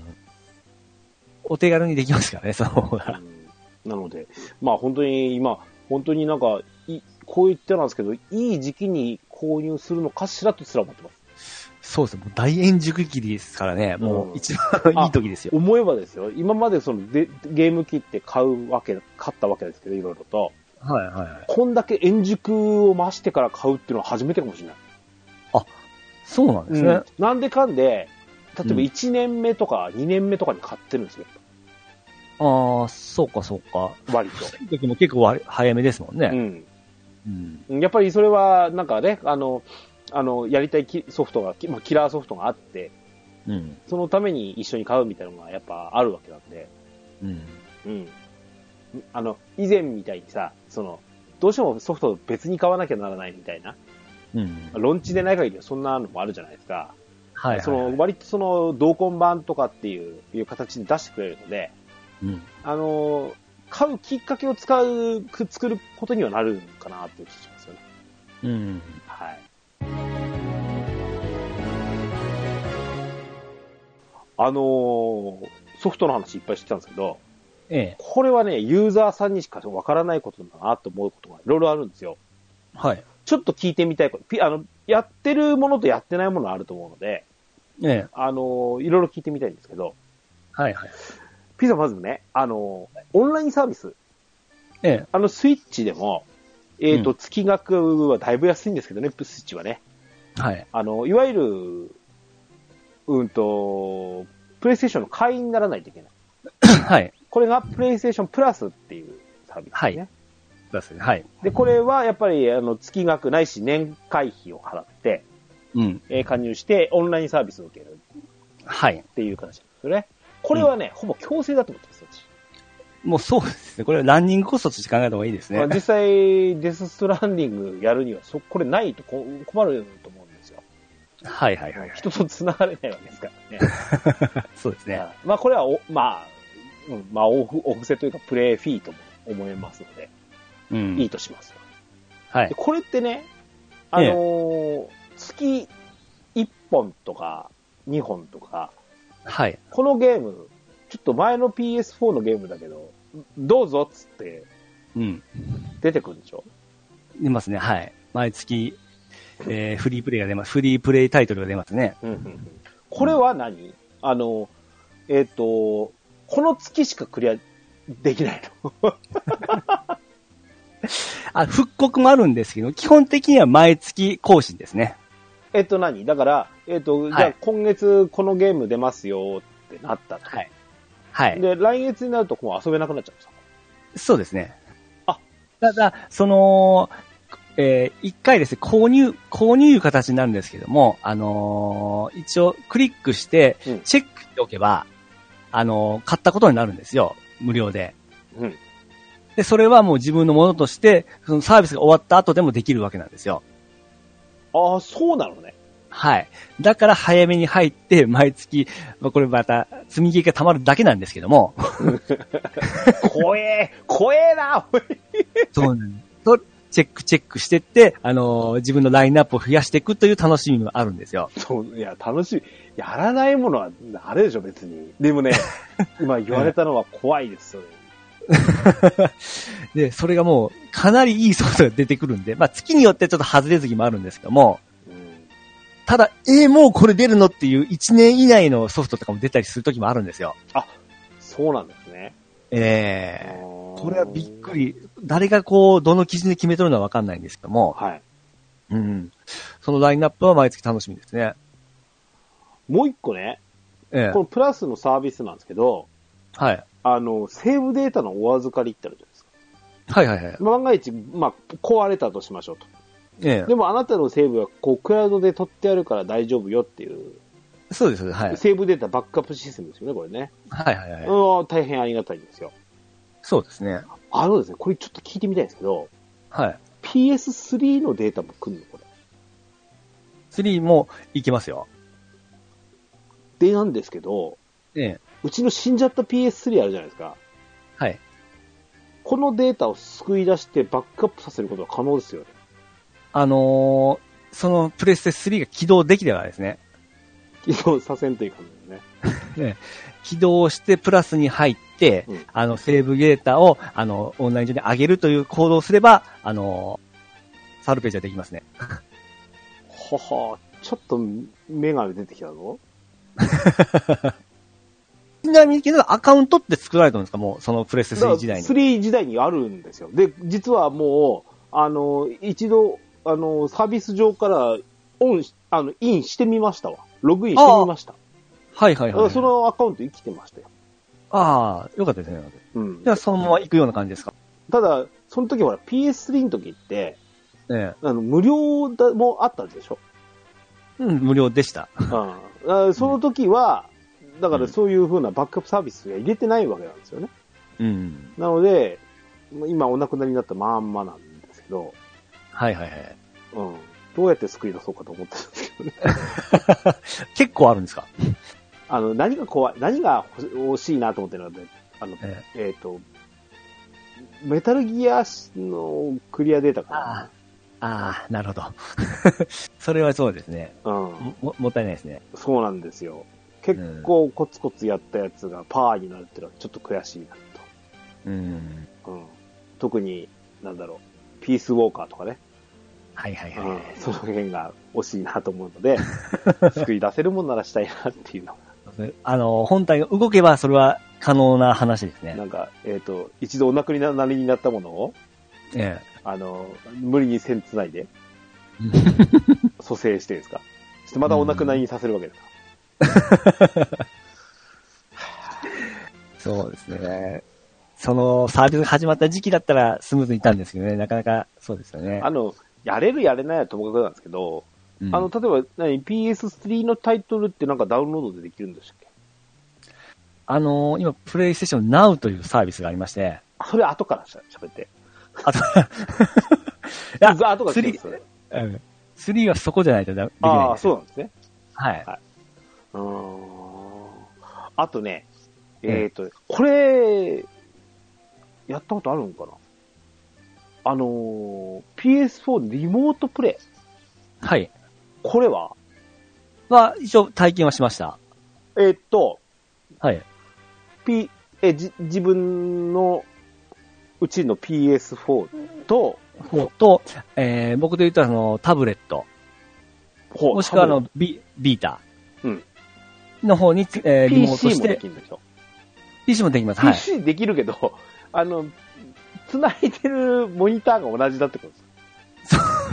Speaker 1: お手軽にできますからね、その方
Speaker 2: う
Speaker 1: が。
Speaker 2: んなので、まあ本当に今、本当になんか、いこう言ってなんですけど、いい時期に購入するのかしらとすら思ってます。
Speaker 1: そうですね。もう大円熟期ですからね。も
Speaker 2: う
Speaker 1: うん一番いい時ですよ。
Speaker 2: 思えばですよ、今までそのでゲーム機って買うわけ、買ったわけですけど、いろいろと。
Speaker 1: はいはいはい。
Speaker 2: こんだけ円熟を増してから買うっていうのは初めてかもしれない。
Speaker 1: そうなんですね。
Speaker 2: うんなんでかんで、例えば
Speaker 1: うん
Speaker 2: 1年目とか2年目とかに買ってるんですよ、
Speaker 1: ああ、そうかそうか。
Speaker 2: 割と。
Speaker 1: 時も結構わ早めですもん
Speaker 2: う
Speaker 1: ね。
Speaker 2: ん。
Speaker 1: うん。
Speaker 2: やっぱりそれは、なんかね、あの、あの、やりたいキソフトが、きまあ、キラーソフトがあって、
Speaker 1: うん。
Speaker 2: そのために一緒に買うみたいなのがやっぱあるわけなんで、
Speaker 1: うん。
Speaker 2: うん。あの、以前みたいにさ、その、どうしてもソフトを別に買わなきゃならないみたいな、
Speaker 1: うん。
Speaker 2: ロンチでない限りはそんなのもあるじゃないですか。
Speaker 1: はいはいはい。
Speaker 2: その割とその同梱版とかっていういう形に出してくれるので、
Speaker 1: うん。
Speaker 2: あのー買うきっかけを使う、く作ることにはなるのかなっていう気がしますよね。
Speaker 1: うん。
Speaker 2: はい。あのーソフトの話いっぱいしてたんですけど、
Speaker 1: ええ。
Speaker 2: これはね、ユーザーさんにしかわからないことだなと思うことがいろいろあるんですよ。
Speaker 1: はい。
Speaker 2: ちょっと聞いてみたいこと、ピあの、やってるものとやってないものあると思うので、
Speaker 1: ええ。
Speaker 2: あのーいろいろ聞いてみたいんですけど、
Speaker 1: はいはい。
Speaker 2: ピザまずね、あの、オンラインサービス、
Speaker 1: ええ。
Speaker 2: あの、スイッチでも、えっ、と、
Speaker 1: う
Speaker 2: 月額はだいぶ安いんですけどね、スイッチはね。
Speaker 1: (coughs) はい。
Speaker 2: あの、いわゆる、うんと、プレイステーションの会員にならないといけない。
Speaker 1: はい。
Speaker 2: これがプレイステーションプラスっていうサービスですね。
Speaker 1: はそうですね。はい。
Speaker 2: で、これはやっぱり、あの、月額ないし年会費を払って、
Speaker 1: うん。
Speaker 2: えー加入して、オンラインサービスを受ける
Speaker 1: はい。
Speaker 2: っていう形なんですよね。これはね、ほぼ強制だと思ってます、私。
Speaker 1: もうそうですね。これはランニングコストとして考えた方がいいですね
Speaker 2: まあ。実際、デスストランディングやるには、そこれないとこ困ると思うんですよ。
Speaker 1: はいはいはい。
Speaker 2: 人と繋がれないわけですからね。
Speaker 1: そうです (laughs) ね。
Speaker 2: まあ、これはお、まあ、うん、まあ、オフ、オフセというか、プレイフィーとも思えますので、
Speaker 1: う
Speaker 2: い
Speaker 1: ん
Speaker 2: い。とします。
Speaker 1: は
Speaker 2: で
Speaker 1: い。
Speaker 2: これってね、あのー月1本とか2本とか、
Speaker 1: はい。
Speaker 2: このゲーム、ちょっと前の PS4 のゲームだけど、どうぞっつって
Speaker 1: うん。
Speaker 2: 出てくるんでしょ
Speaker 1: 出ますね。はい。毎月、えー、フリープレイが出ます。フリープレイタイトルが出ますね。
Speaker 2: これは何あの、えっ、と、この月しかクリアできないの。 (laughs)
Speaker 1: あ、復刻もあるんですけど、基本的には毎月更新ですね。
Speaker 2: えっと何だから、えっ、と、
Speaker 1: い
Speaker 2: じゃあ今月このゲーム出ますよってなったと。
Speaker 1: はい。はい。
Speaker 2: で、来月になるともう遊べなくなっちゃうんですよ
Speaker 1: そうですね。
Speaker 2: あ
Speaker 1: ただ、その、えー一回ですね、購入、購入いう形になるんですけども、あのー一応クリックして
Speaker 2: うん、
Speaker 1: チェックしておけば、あのー買ったことになるんですよ。無料で。
Speaker 2: うん
Speaker 1: で、それはもう自分のものとして、そのサービスが終わった後でもできるわけなんですよ。
Speaker 2: ああ、そうなのね。
Speaker 1: はい。だから早めに入って、毎月、まあこれまた、積み木が溜まるだけなんですけども、
Speaker 2: 怖え、怖えな、おい
Speaker 1: そうなんですと、チェックチェックしてって、あのー自分のラインナップを増やしていくという楽しみもあるんですよ。
Speaker 2: そう、いや、楽しい。やらないものは、あれでしょ、別に。でもね、今言われたのは怖いです、それ。
Speaker 1: (laughs) で、それがもう、かなりいいソフトが出てくるんで、まあ、月によってちょっと外れ時もあるんですけども、
Speaker 2: うん
Speaker 1: ただ、えー、もうこれ出るのっていう1年以内のソフトとかも出たりする時もあるんですよ。
Speaker 2: そうなんですね。
Speaker 1: ええこ
Speaker 2: こ
Speaker 1: れはびっく。り。誰がこう、どの基準で決めとるのはわかんないんですけども、
Speaker 2: はい。
Speaker 1: うん。そのラインナップは毎月楽しみですね。
Speaker 2: もう一個ね、
Speaker 1: ええ
Speaker 2: このプラスのサービスなんですけど、
Speaker 1: はい。
Speaker 2: あの、セーブデータのお預かりってあるじゃないですか。
Speaker 1: はいはいはい。
Speaker 2: 万が一、まあ、壊れたとしましょうと。
Speaker 1: え
Speaker 2: でもあなたのセーブは、こう、クラウドで取ってあるから大丈夫よっていう、
Speaker 1: え。そうです。はい。
Speaker 2: セーブデータバックアップシステムですよね、これね。
Speaker 1: はいはいはい。
Speaker 2: うん、大変ありがたいんですよ。
Speaker 1: そうですね。
Speaker 2: あのですね、これちょっと聞いてみたいんですけど、
Speaker 1: はい。
Speaker 2: PS3 のデータも来るのこれ。
Speaker 1: 3もいけますよ。
Speaker 2: で、なんですけど、
Speaker 1: ええ。
Speaker 2: うちの死んじゃった PS3 あるじゃないですか。
Speaker 1: はい。
Speaker 2: このデータを救い出してバックアップさせることは可能ですよね。
Speaker 1: あのーそのプレステ3が起動できればですね、
Speaker 2: 起動させんという感じですね。
Speaker 1: 起動してプラスに入って、
Speaker 2: うん
Speaker 1: あの、セーブゲータを、あの、オンライン上に上げるという行動をすれば、あのーサルページはできますね。
Speaker 2: はは、ちょっと目が出てきたぞ。
Speaker 1: ちなみにけど、アカウントって作られてるんですかもう、そのプレステ
Speaker 2: だから
Speaker 1: 3時代に。
Speaker 2: 3時代にあるんですよ。で、実はもう、あの、一度、あの、サービス上からオンし、あの、インしてみましたわ。ログインしてみました。
Speaker 1: はいはい
Speaker 2: だか
Speaker 1: は
Speaker 2: ら
Speaker 1: い。
Speaker 2: そのアカウント生きてましたよ。
Speaker 1: ああ、よかったですね。
Speaker 2: うん
Speaker 1: じゃ。あ、そのまま行くような感じですか
Speaker 2: ただ、その時ほら PS3 の時って、
Speaker 1: ええ。
Speaker 2: あの、無料だもあったでしょ。
Speaker 1: うん、無料でした。
Speaker 2: うん。その時は、だからそういう風なバックアップサービスが入れてないわけなんですよね。
Speaker 1: うん。
Speaker 2: なので、今お亡くなりになったまんまなんですけど、
Speaker 1: はいはいはい。
Speaker 2: うん。どうやって救い出そうかと思ってるん (laughs) ですけどね。
Speaker 1: 結構あるんですか
Speaker 2: あの、何が怖い、何が欲しいなと思ってるので、あの、
Speaker 1: え
Speaker 2: えっ、と、メタルギアのクリアデータか
Speaker 1: ああ、ああ、なるほど。 (laughs) それはそうですね。
Speaker 2: な。うん。
Speaker 1: も、ももったいないですね。
Speaker 2: そうなんですよ。結構コツコツやったやつがパーになるっていうのはちょっと悔しいなと。
Speaker 1: うん。
Speaker 2: うん、特に、なんだろう、ピースウォーカーとかね、
Speaker 1: はいはいは
Speaker 2: う
Speaker 1: い。
Speaker 2: ん、その辺が惜しいなと思う
Speaker 1: (laughs)
Speaker 2: ので、救い出せるもんならしたいなっていうの
Speaker 1: あの、本体が動けばそれは可能な話ですね
Speaker 2: な。んか、えっ、と、一度お亡くなりになったものを、
Speaker 1: え
Speaker 2: あの、無理に線つないで
Speaker 1: (laughs) うん、
Speaker 2: 蘇生してですか。そしてまたお亡くなりにさせるわけですか。
Speaker 1: え。そうですね。そのサービスが始まった時期だったらスムーズにいったんですけどね、なかなかそうですよね。
Speaker 2: あの、やれるやれないはともかくなんですけど、
Speaker 1: うん
Speaker 2: あの、例えば何、PS3 のタイトルってなんかダウンロードでできるんでしたっけ
Speaker 1: あの今、プレイステーション Now というサービスがありまして、
Speaker 2: あそれ後からしゃ喋って。
Speaker 1: あと、いや、
Speaker 2: ず後から聞いてますよ
Speaker 1: うん3はそこじゃないとだできない
Speaker 2: あ
Speaker 1: ん
Speaker 2: あ、
Speaker 1: ですよ
Speaker 2: そうなんですね。
Speaker 1: はい。
Speaker 2: うーんあとね、えっ、と、これ、やったことあるんかなあのー PS4 リモートプレイ。
Speaker 1: はい。
Speaker 2: これは、
Speaker 1: は、一応体験はしました。
Speaker 2: えっ、と、
Speaker 1: はい。
Speaker 2: P、え、じ、自分のうちの PS4 と、
Speaker 1: と、えー、僕で言ったら、あの、タブレット、
Speaker 2: ほう
Speaker 1: もしくは、あ
Speaker 2: 多
Speaker 1: の、ビ、ビータ。
Speaker 2: うん
Speaker 1: の方につ、えー、
Speaker 2: 分
Speaker 1: リモート
Speaker 2: PC
Speaker 1: し
Speaker 2: もで
Speaker 1: て、
Speaker 2: きるんでしょ、
Speaker 1: PC もできます。はい。
Speaker 2: PC できるけど、 (laughs) あの、繋いでるモニターが同じだってことです。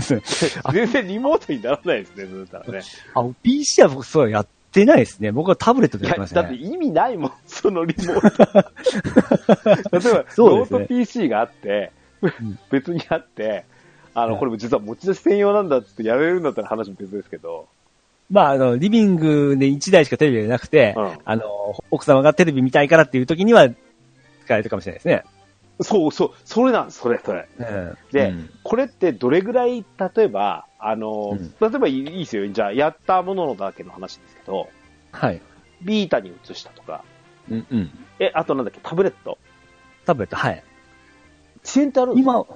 Speaker 1: そうですね
Speaker 2: 全然リモートにならないですね、ずっとね。
Speaker 1: (laughs) あ、PC は僕、そうやってないですね。僕はタブレットでやってました
Speaker 2: だって
Speaker 1: ね。
Speaker 2: 意味ないもん、 (laughs) そのリモ
Speaker 1: (laughs)
Speaker 2: ート。例えば、
Speaker 1: そう
Speaker 2: ノ
Speaker 1: ですね
Speaker 2: ート PC があって、
Speaker 1: ん
Speaker 2: 別にあって、あ
Speaker 1: は
Speaker 2: の、
Speaker 1: い
Speaker 2: これも実は持ち出し専用なんだっつってやれるんだったら話も別ですけど、
Speaker 1: まあ、あの、リビングで1台しかテレビがなくて、
Speaker 2: うん
Speaker 1: あの、奥様がテレビ見たいからっていう時には、使えるかもしれないですね。
Speaker 2: そうそう、それなんです、それ、それ。
Speaker 1: うん。
Speaker 2: で
Speaker 1: うん
Speaker 2: これってどれぐらい、例えば、あの、
Speaker 1: うん
Speaker 2: 例えばいいですよ、じゃあ、やったものだけの話ですけど、
Speaker 1: はい。
Speaker 2: ビータに移したとか、
Speaker 1: うん、うん。
Speaker 2: え、あとなんだっけ、タブレット。
Speaker 1: タブレット、はい。
Speaker 2: 遅延ってあるんですか
Speaker 1: 今、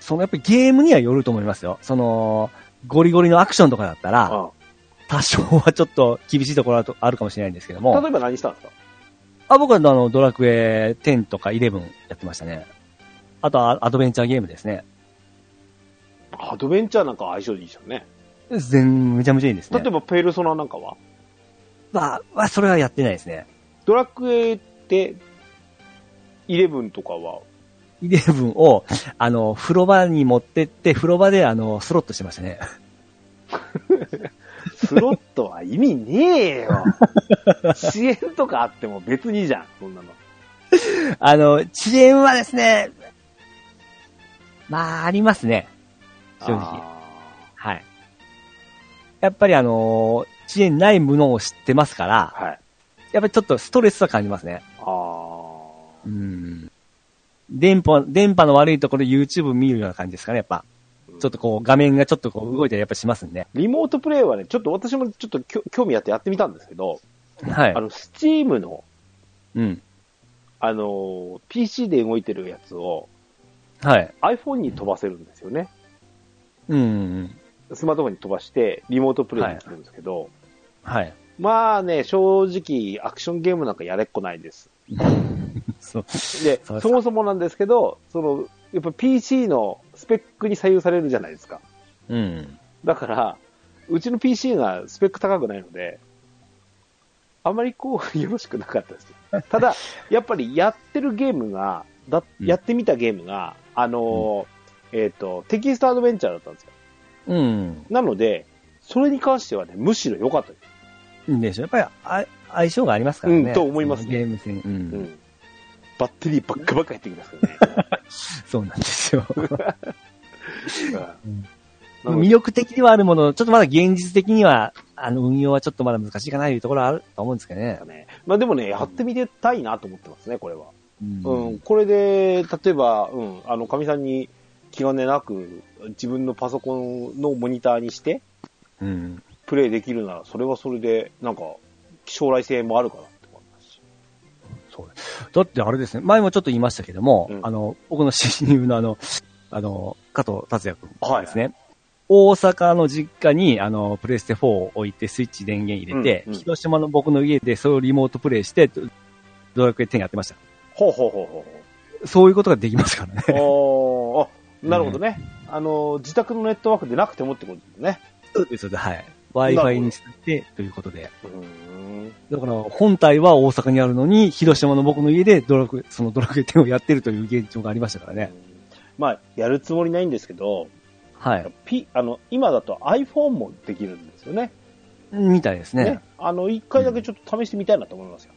Speaker 1: そのやっぱりゲームにはよると思いますよ。その、ゴリゴリのアクションとかだったら、多少はちょっと厳しいところはとあるかもしれないんですけど
Speaker 2: うん例
Speaker 1: も、
Speaker 2: えば何したんですか
Speaker 1: あ僕はあの、ドラクエ10とか11やってましたね。あとはアドベンチャーゲームですね。
Speaker 2: アドベンチャーなんか相性いいじゃんね。
Speaker 1: 全、めちゃめちゃいいですね。
Speaker 2: 例えば、ペルソナなんかは
Speaker 1: まあ、まあ、それはやってないですね。
Speaker 2: ドラクエって、11とかは、
Speaker 1: イレブンを、あの、風呂場に持ってって、風呂場で、あの、スロットしてましたね。 (laughs)
Speaker 2: スロットは意味ねえ
Speaker 1: (laughs)
Speaker 2: よ。支援とかあっても別にじゃん、そんなの。
Speaker 1: あの、遅延はですね、まあ、ありますね。正直。
Speaker 2: あ
Speaker 1: はい。やっぱりあのー遅延ないものを知ってますから、
Speaker 2: ーはい。
Speaker 1: やっぱりちょっとストレスは感じますね。
Speaker 2: ああ。
Speaker 1: うん。電波、電波の悪いところ YouTube 見るような感じですかね、やっぱ。ちょっとこう、画面がちょっとこう、動いたりやっぱしますんで。
Speaker 2: リモートプレイはね、ちょっと私もちょっときょ興味あってやってみたんですけど、
Speaker 1: はい
Speaker 2: あ。の、スチームの、
Speaker 1: うん。
Speaker 2: あのー、PC で動いてるやつを
Speaker 1: はい。
Speaker 2: iPhone に飛ばせるんですよね。
Speaker 1: うんうんうん。
Speaker 2: スマートフォンに飛ばして、リモートプレイにするんですけど、
Speaker 1: はい。 (laughs)
Speaker 2: まあね、正直、アクションゲームなんかやれっこないです。
Speaker 1: (laughs) そう。
Speaker 2: で、
Speaker 1: そうですか
Speaker 2: そもそもなんですけど、その、やっぱ PC のスペックに左右されるじゃないですか。
Speaker 1: うん。
Speaker 2: だから、うちの PC がスペック高くないので、あまりこう、よ (laughs) ろしくなかったです。ただ、やっぱりやってるゲームが、だ
Speaker 1: うん
Speaker 2: やってみたゲームが、あのーえっ、と、テキストアドベンチャーだったんですよ。
Speaker 1: うん。
Speaker 2: なので、それに関してはね、むしろ良かったです。
Speaker 1: いいんでしょやっぱりあ、相性がありますからね。
Speaker 2: うんと思います
Speaker 1: ゲーム性に。うん。
Speaker 2: うん。バッテリーばっかばっか入ってきますけどね。
Speaker 1: そうなんですよ。 (laughs)
Speaker 2: うんなの
Speaker 1: 魅
Speaker 2: で
Speaker 1: 力的ではあるものの、ちょっとまだ現実的には、あの、運用はちょっとまだ難しいかなというところはあると思うんですけどね。
Speaker 2: ねまあでもね、やってみてたいなと思ってますね、これは。
Speaker 1: うん
Speaker 2: うん、これで、例えば、うん、あの、かみさんに気兼ねなく、自分のパソコンのモニターにして、
Speaker 1: うん。
Speaker 2: プレイできるなら、それはそれで、なんか、将来性もあるかなって思いますし。
Speaker 1: だってあれですね、前もちょっと言いましたけども、
Speaker 2: うん
Speaker 1: あの、僕の親友のあの、あの、加藤達也君
Speaker 2: はい
Speaker 1: ですね、大阪の実家に、あの、プレステ4を置いて、スイッチ電源入れて、
Speaker 2: うんうん
Speaker 1: 広島の僕の家でそれをリモートプレイして、ドラクエ10やってました。
Speaker 2: ほうほうほうほ
Speaker 1: そういうことができますからね。
Speaker 2: うほう。おーあ、なるほどね。あの、自宅のネットワークでなくてもってことですね。
Speaker 1: そうです、そうですはい。
Speaker 2: るほど
Speaker 1: Wi-Fi につって、ということで。
Speaker 2: うーん。
Speaker 1: だから、本体は大阪にあるのに、広島の僕の家でドラクエ、そのドラクエ10をやってるという現状がありましたからね。
Speaker 2: まあ、やるつもりないんですけど、
Speaker 1: はい。
Speaker 2: ピあの今だと iPhone もできるんですよね。
Speaker 1: みたいですね。
Speaker 2: ね。あの、一回だけちょっと試してみたいなと思いますよ。
Speaker 1: う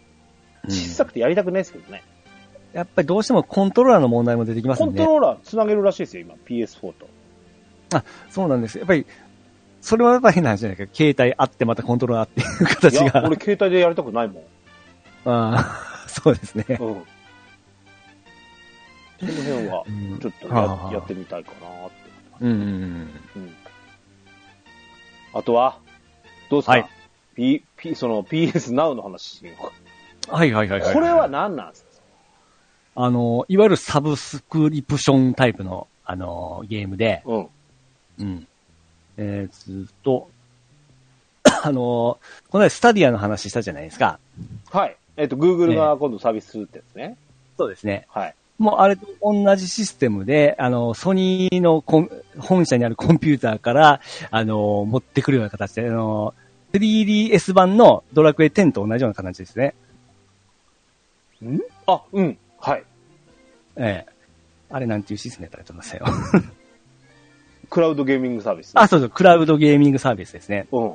Speaker 1: ん
Speaker 2: 小さくてやりたくないですけどね。
Speaker 1: やっぱりどうしてもコントローラーの問題も出てきます
Speaker 2: コ
Speaker 1: ん
Speaker 2: ント
Speaker 1: で。
Speaker 2: ローラーつなげるらしいですよ、今、PS4 と。
Speaker 1: そうなんです。やっぱり、それはやっぱ変な話じゃないですか。携帯あってまたコントローラーっていう
Speaker 2: い
Speaker 1: 形
Speaker 2: や、
Speaker 1: が。
Speaker 2: 俺、携帯でやりたくないもん。
Speaker 1: (laughs) あーそうですね。
Speaker 2: うん。その辺は
Speaker 1: う、ん
Speaker 2: ちょっと
Speaker 1: はあは
Speaker 2: や
Speaker 1: あ
Speaker 2: やってみたいかなって。
Speaker 1: うんうんうん。
Speaker 2: うん。あとは、どうですか、
Speaker 1: はい、
Speaker 2: P P その PS Now の話してみようか。
Speaker 1: はいはいはいい。
Speaker 2: これは何なんですか
Speaker 1: あの、いわゆるサブスクリプションタイプの、あの、ゲームで、
Speaker 2: うん。
Speaker 1: うん。えー、ずっと、 (coughs) あの、この間スタディアの話したじゃないですか。
Speaker 2: はい。えっ、と、Google が今度サービスするってやつね。
Speaker 1: そうですね。
Speaker 2: はい。
Speaker 1: もうあれと同じシステムで、あの、ソニーのコン本社にあるコンピューターから、あの、持ってくるような形で、あの、3DS 版のドラクエ10と同じような形ですね。
Speaker 2: んあ、うん。はい。
Speaker 1: ええ。あれなんていうシステムやったらちょっと待ってくださいよ。
Speaker 2: クラウドゲーミングサービス。
Speaker 1: あ、そうそう、クラウドゲーミングサービスですね。
Speaker 2: うん。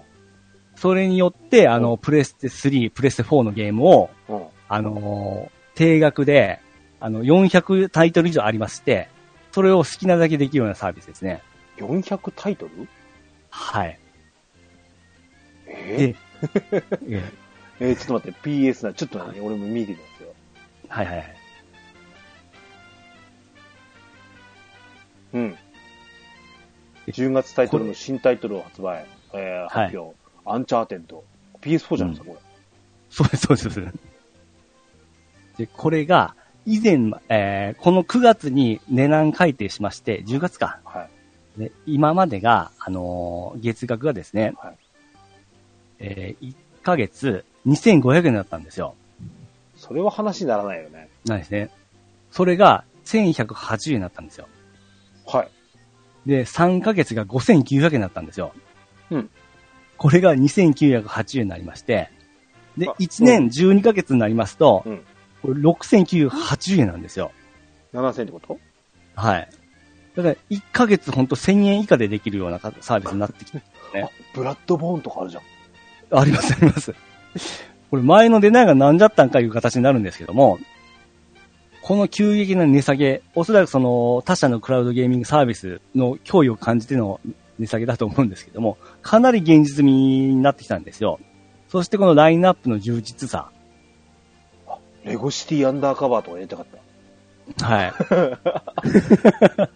Speaker 1: それによって、あの、プレステ3、プレステ4のゲームを、
Speaker 2: うん。
Speaker 1: あの、定額で、あの、400タイトル以上ありまして、それを好きなだけできるようなサービスですね。
Speaker 2: 400タイトル
Speaker 1: はい。
Speaker 2: え
Speaker 1: え (laughs) ええ
Speaker 2: えーちょっと待って、PS な、ちょっと待って、俺も見てみますよ。
Speaker 1: はいはいはい。
Speaker 2: うん。10月タイトルの新タイトルを発売、えー、発表、アンチャーテンド。PS4 じゃないですか、こ
Speaker 1: そうです、そうですそうです。で、これが、以前、えーこの9月に値段改定しまして、10月か。
Speaker 2: れ。はい。
Speaker 1: で今までが、あのー月額がですね、
Speaker 2: はい
Speaker 1: え1ヶ月2500円だったんですよ。
Speaker 2: それは話にならないよね。
Speaker 1: なんですね。それが1180円になったんですよ。
Speaker 2: はい。
Speaker 1: で、3ヶ月が5900円だったんですよ。
Speaker 2: うん
Speaker 1: これが2980円になりまして、で
Speaker 2: あ、
Speaker 1: 1年12ヶ月になりますと、
Speaker 2: うん
Speaker 1: これ6980円なんですよ。
Speaker 2: 7000ってこと
Speaker 1: はい。だから、1ヶ月ほんと1000円以下でできるようなかサービスになってきて、
Speaker 2: ブラッドボーンとかあるじゃん。
Speaker 1: ありますあります。これ前の出ないが何じゃったんかいう形になるんですけども、この急激な値下げ、おそらくその他社のクラウドゲーミングサービスの脅威を感じての値下げだと思うんですけども、かなり現実味になってきたんですよ。そしてこのラインナップの充実さ。
Speaker 2: レゴシティアンダーカバーとかやりたかった。
Speaker 1: は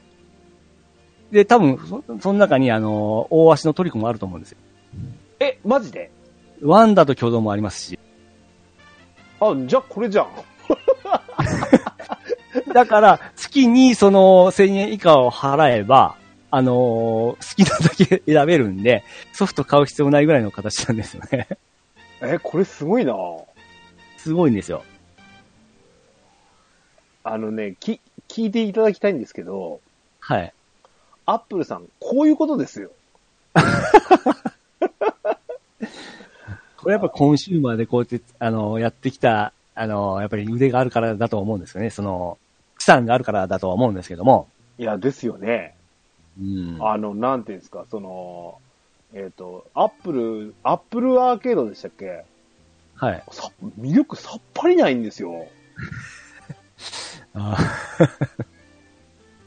Speaker 1: い。 (laughs) で、多分そ、その中にあの、大足のトリコもあると思うんですよ。
Speaker 2: え、マジで
Speaker 1: ワンダと共同もありますし。
Speaker 2: あ、じゃあこれじゃん。
Speaker 1: だから、月にその1000円以下を払えば、あのー好きなだけ選べるんで、ソフト買う必要ないぐらいの形なんですよね。 (laughs)
Speaker 2: え、これすごいな
Speaker 1: すごいんですよ。
Speaker 2: あのね、き、聞いていただきたいんですけど、
Speaker 1: はい。
Speaker 2: アップルさん、こういうことですよ。
Speaker 1: これやっぱコンシューマーでこうやって、あのーやってきた、あのーやっぱり腕があるからだと思うんですよね。その、資産があるからだとは思うんですけども。
Speaker 2: いや、ですよね。
Speaker 1: うん
Speaker 2: あの、なんていうんですか、その、えっ、と、アップル、アップルアーケードでしたっけ
Speaker 1: はい。
Speaker 2: さ魅力さっぱりないんですよ。
Speaker 1: あ